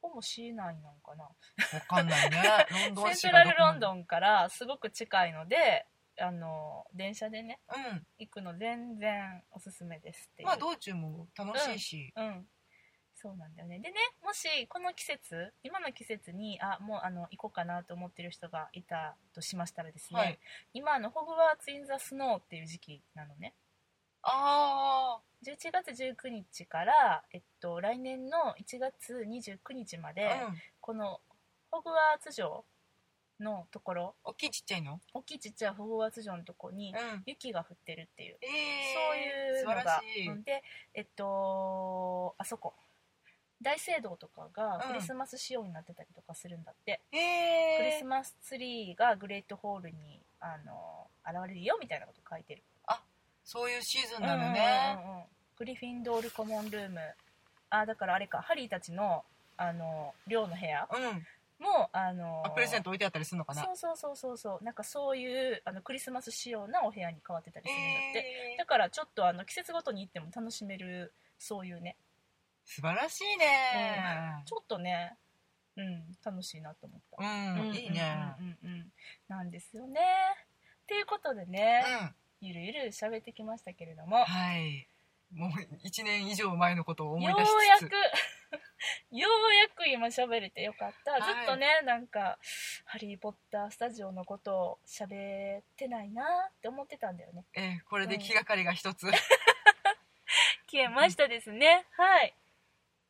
Speaker 1: ここも市内なんかな
Speaker 2: わかんな いねロンドン
Speaker 1: セン
Speaker 2: 市
Speaker 1: ト
Speaker 2: が
Speaker 1: ラ
Speaker 2: ど
Speaker 1: ル
Speaker 2: こ
Speaker 1: ロンドンからすごく近いのであの電車でね
Speaker 2: うん
Speaker 1: 行くの全然おすすめですっていう、
Speaker 2: まあ道中も楽しいし、
Speaker 1: うんそうなんだよねでねもしこの季節今の季節にあもうあの行こうかなと思ってる人がいたとしましたらですね、
Speaker 2: はい
Speaker 1: 今あのホグワーツ・イン・ザ・スノーっていう時期なのね
Speaker 2: あ
Speaker 1: 11月19日から、えっと、来年の1月29日まで、
Speaker 2: あ、うん、
Speaker 1: このホグワーツ城のところ
Speaker 2: 大きいちっちゃいの
Speaker 1: 大きいちっちゃいホグワーツ城のところに
Speaker 2: うん
Speaker 1: 雪が降ってるっていう
Speaker 2: えー、
Speaker 1: そういう
Speaker 2: 素
Speaker 1: の
Speaker 2: 晴
Speaker 1: が
Speaker 2: らしい、
Speaker 1: うんでえっとあそこ大聖堂とかが
Speaker 2: う
Speaker 1: ク
Speaker 2: ん
Speaker 1: リスマス仕様になってたりとかするんだって、
Speaker 2: えー、
Speaker 1: クリスマスツリーがグレートホールにあの現れるよみたいなこと書いてる
Speaker 2: そういうシーズンなのね、
Speaker 1: うんうんうんうんグリフィンドールコモンルームあだからあれかハリーたちのあの寮の部屋
Speaker 2: うん
Speaker 1: もあの
Speaker 2: あプレゼント置いてあったりするのかな
Speaker 1: そうそうそうそうそうなんかそういうあのクリスマス仕様なお部屋に変わってたりするんだって、
Speaker 2: えー
Speaker 1: だからちょっとあの季節ごとに行っても楽しめるそういうね
Speaker 2: 素晴らしいね
Speaker 1: ちょっとね、うん、楽しいなと思った。
Speaker 2: うん、
Speaker 1: うん
Speaker 2: いいね
Speaker 1: うんうんうんうんなんですよね。っていうことでね、ゆるゆる喋ってきましたけれども、
Speaker 2: うん
Speaker 1: よ
Speaker 2: はいもう1年以上前のことを
Speaker 1: う
Speaker 2: 思い
Speaker 1: や
Speaker 2: 出しつつ
Speaker 1: く、 ようやく今喋れてよかった。
Speaker 2: はい
Speaker 1: ずっとね、なんか、ハリー・ポッタースタジオのことを喋ってないなって思ってたんだよね。
Speaker 2: えーこれで気がかりが一つ、
Speaker 1: 消えましたですね。はい。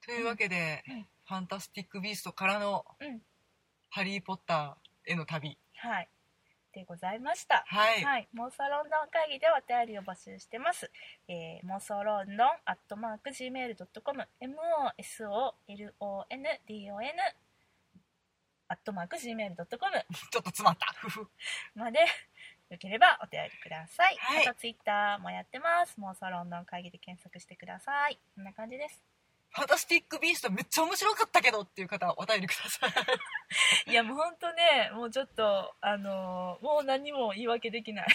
Speaker 2: というわけで、
Speaker 1: うん
Speaker 2: ファンタスティック・ビーストからの、
Speaker 1: うん
Speaker 2: ハリー・ポッターへの旅
Speaker 1: はい。でございました。
Speaker 2: はい、
Speaker 1: はい、妄想ロンドン会議でお便りを募集してます。えー、妄想ロンドンアットマーク gmail.com mosolondon アットマーク gmail.com
Speaker 2: ちょっと詰まったふふ
Speaker 1: まで よければお便りください。
Speaker 2: はい
Speaker 1: あとツイッターもやってます。妄想ロンドン会議で検索してください。こんな感じです。
Speaker 2: ファンタスティック・ビーストめっちゃ面白かったけどっていう方はお便りください
Speaker 1: いやもうほんとね、もうちょっと、あのーもう何も言い訳できない。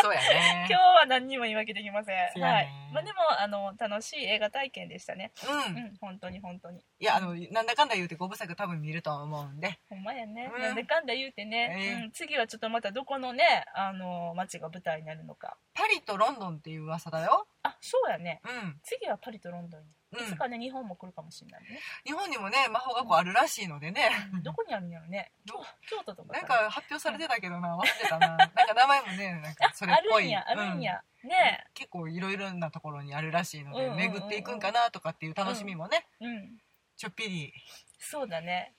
Speaker 2: そうやね
Speaker 1: 今日は何にも言い訳できません。
Speaker 2: そうやね
Speaker 1: はい。まあでも、あの、楽しい映画体験でしたね。
Speaker 2: うん
Speaker 1: うん、本当に本当に。
Speaker 2: いやあのなんだかんだ言うてご無沙汰多分見るとは思うんで
Speaker 1: ほんまやね、
Speaker 2: うん
Speaker 1: なんだかんだ言うてね、
Speaker 2: ええ
Speaker 1: うん、次はちょっとまたどこのね、あの街が舞台になるのか
Speaker 2: パリとロンドンっていう噂だよ
Speaker 1: あそうやね
Speaker 2: うん
Speaker 1: 次はパリとロンドンに、
Speaker 2: うん
Speaker 1: いつかね日本も来るかもしれないね、
Speaker 2: 日本にもね魔法学校あるらしいのでね
Speaker 1: うんどこにあるんやろね京
Speaker 2: ど
Speaker 1: 京都とか
Speaker 2: なん
Speaker 1: な
Speaker 2: か発表されてたけどな忘れたななんか名前もねなんかそれ
Speaker 1: あ
Speaker 2: っ
Speaker 1: あ
Speaker 2: ぽ
Speaker 1: る
Speaker 2: い
Speaker 1: んやあるんや、ね
Speaker 2: うん結構いろいろなところにあるらしいの
Speaker 1: うん
Speaker 2: で
Speaker 1: うんうんうん
Speaker 2: 巡っていくんかなとかっていう楽しみもね
Speaker 1: うん
Speaker 2: ちょっぴり
Speaker 1: そうだね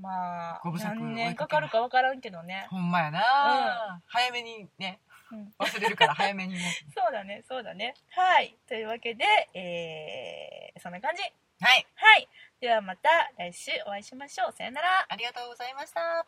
Speaker 1: まあ
Speaker 2: ご無沙汰
Speaker 1: 何年かかるか分からんけどね
Speaker 2: ほんまやな、早めにね
Speaker 1: うん
Speaker 2: 忘れるから 早めにね
Speaker 1: そうだねそうだねはいというわけで、えー、そんな感じ
Speaker 2: はい
Speaker 1: はいではまた来週お会いしましょうさよなら
Speaker 2: ありがとうございました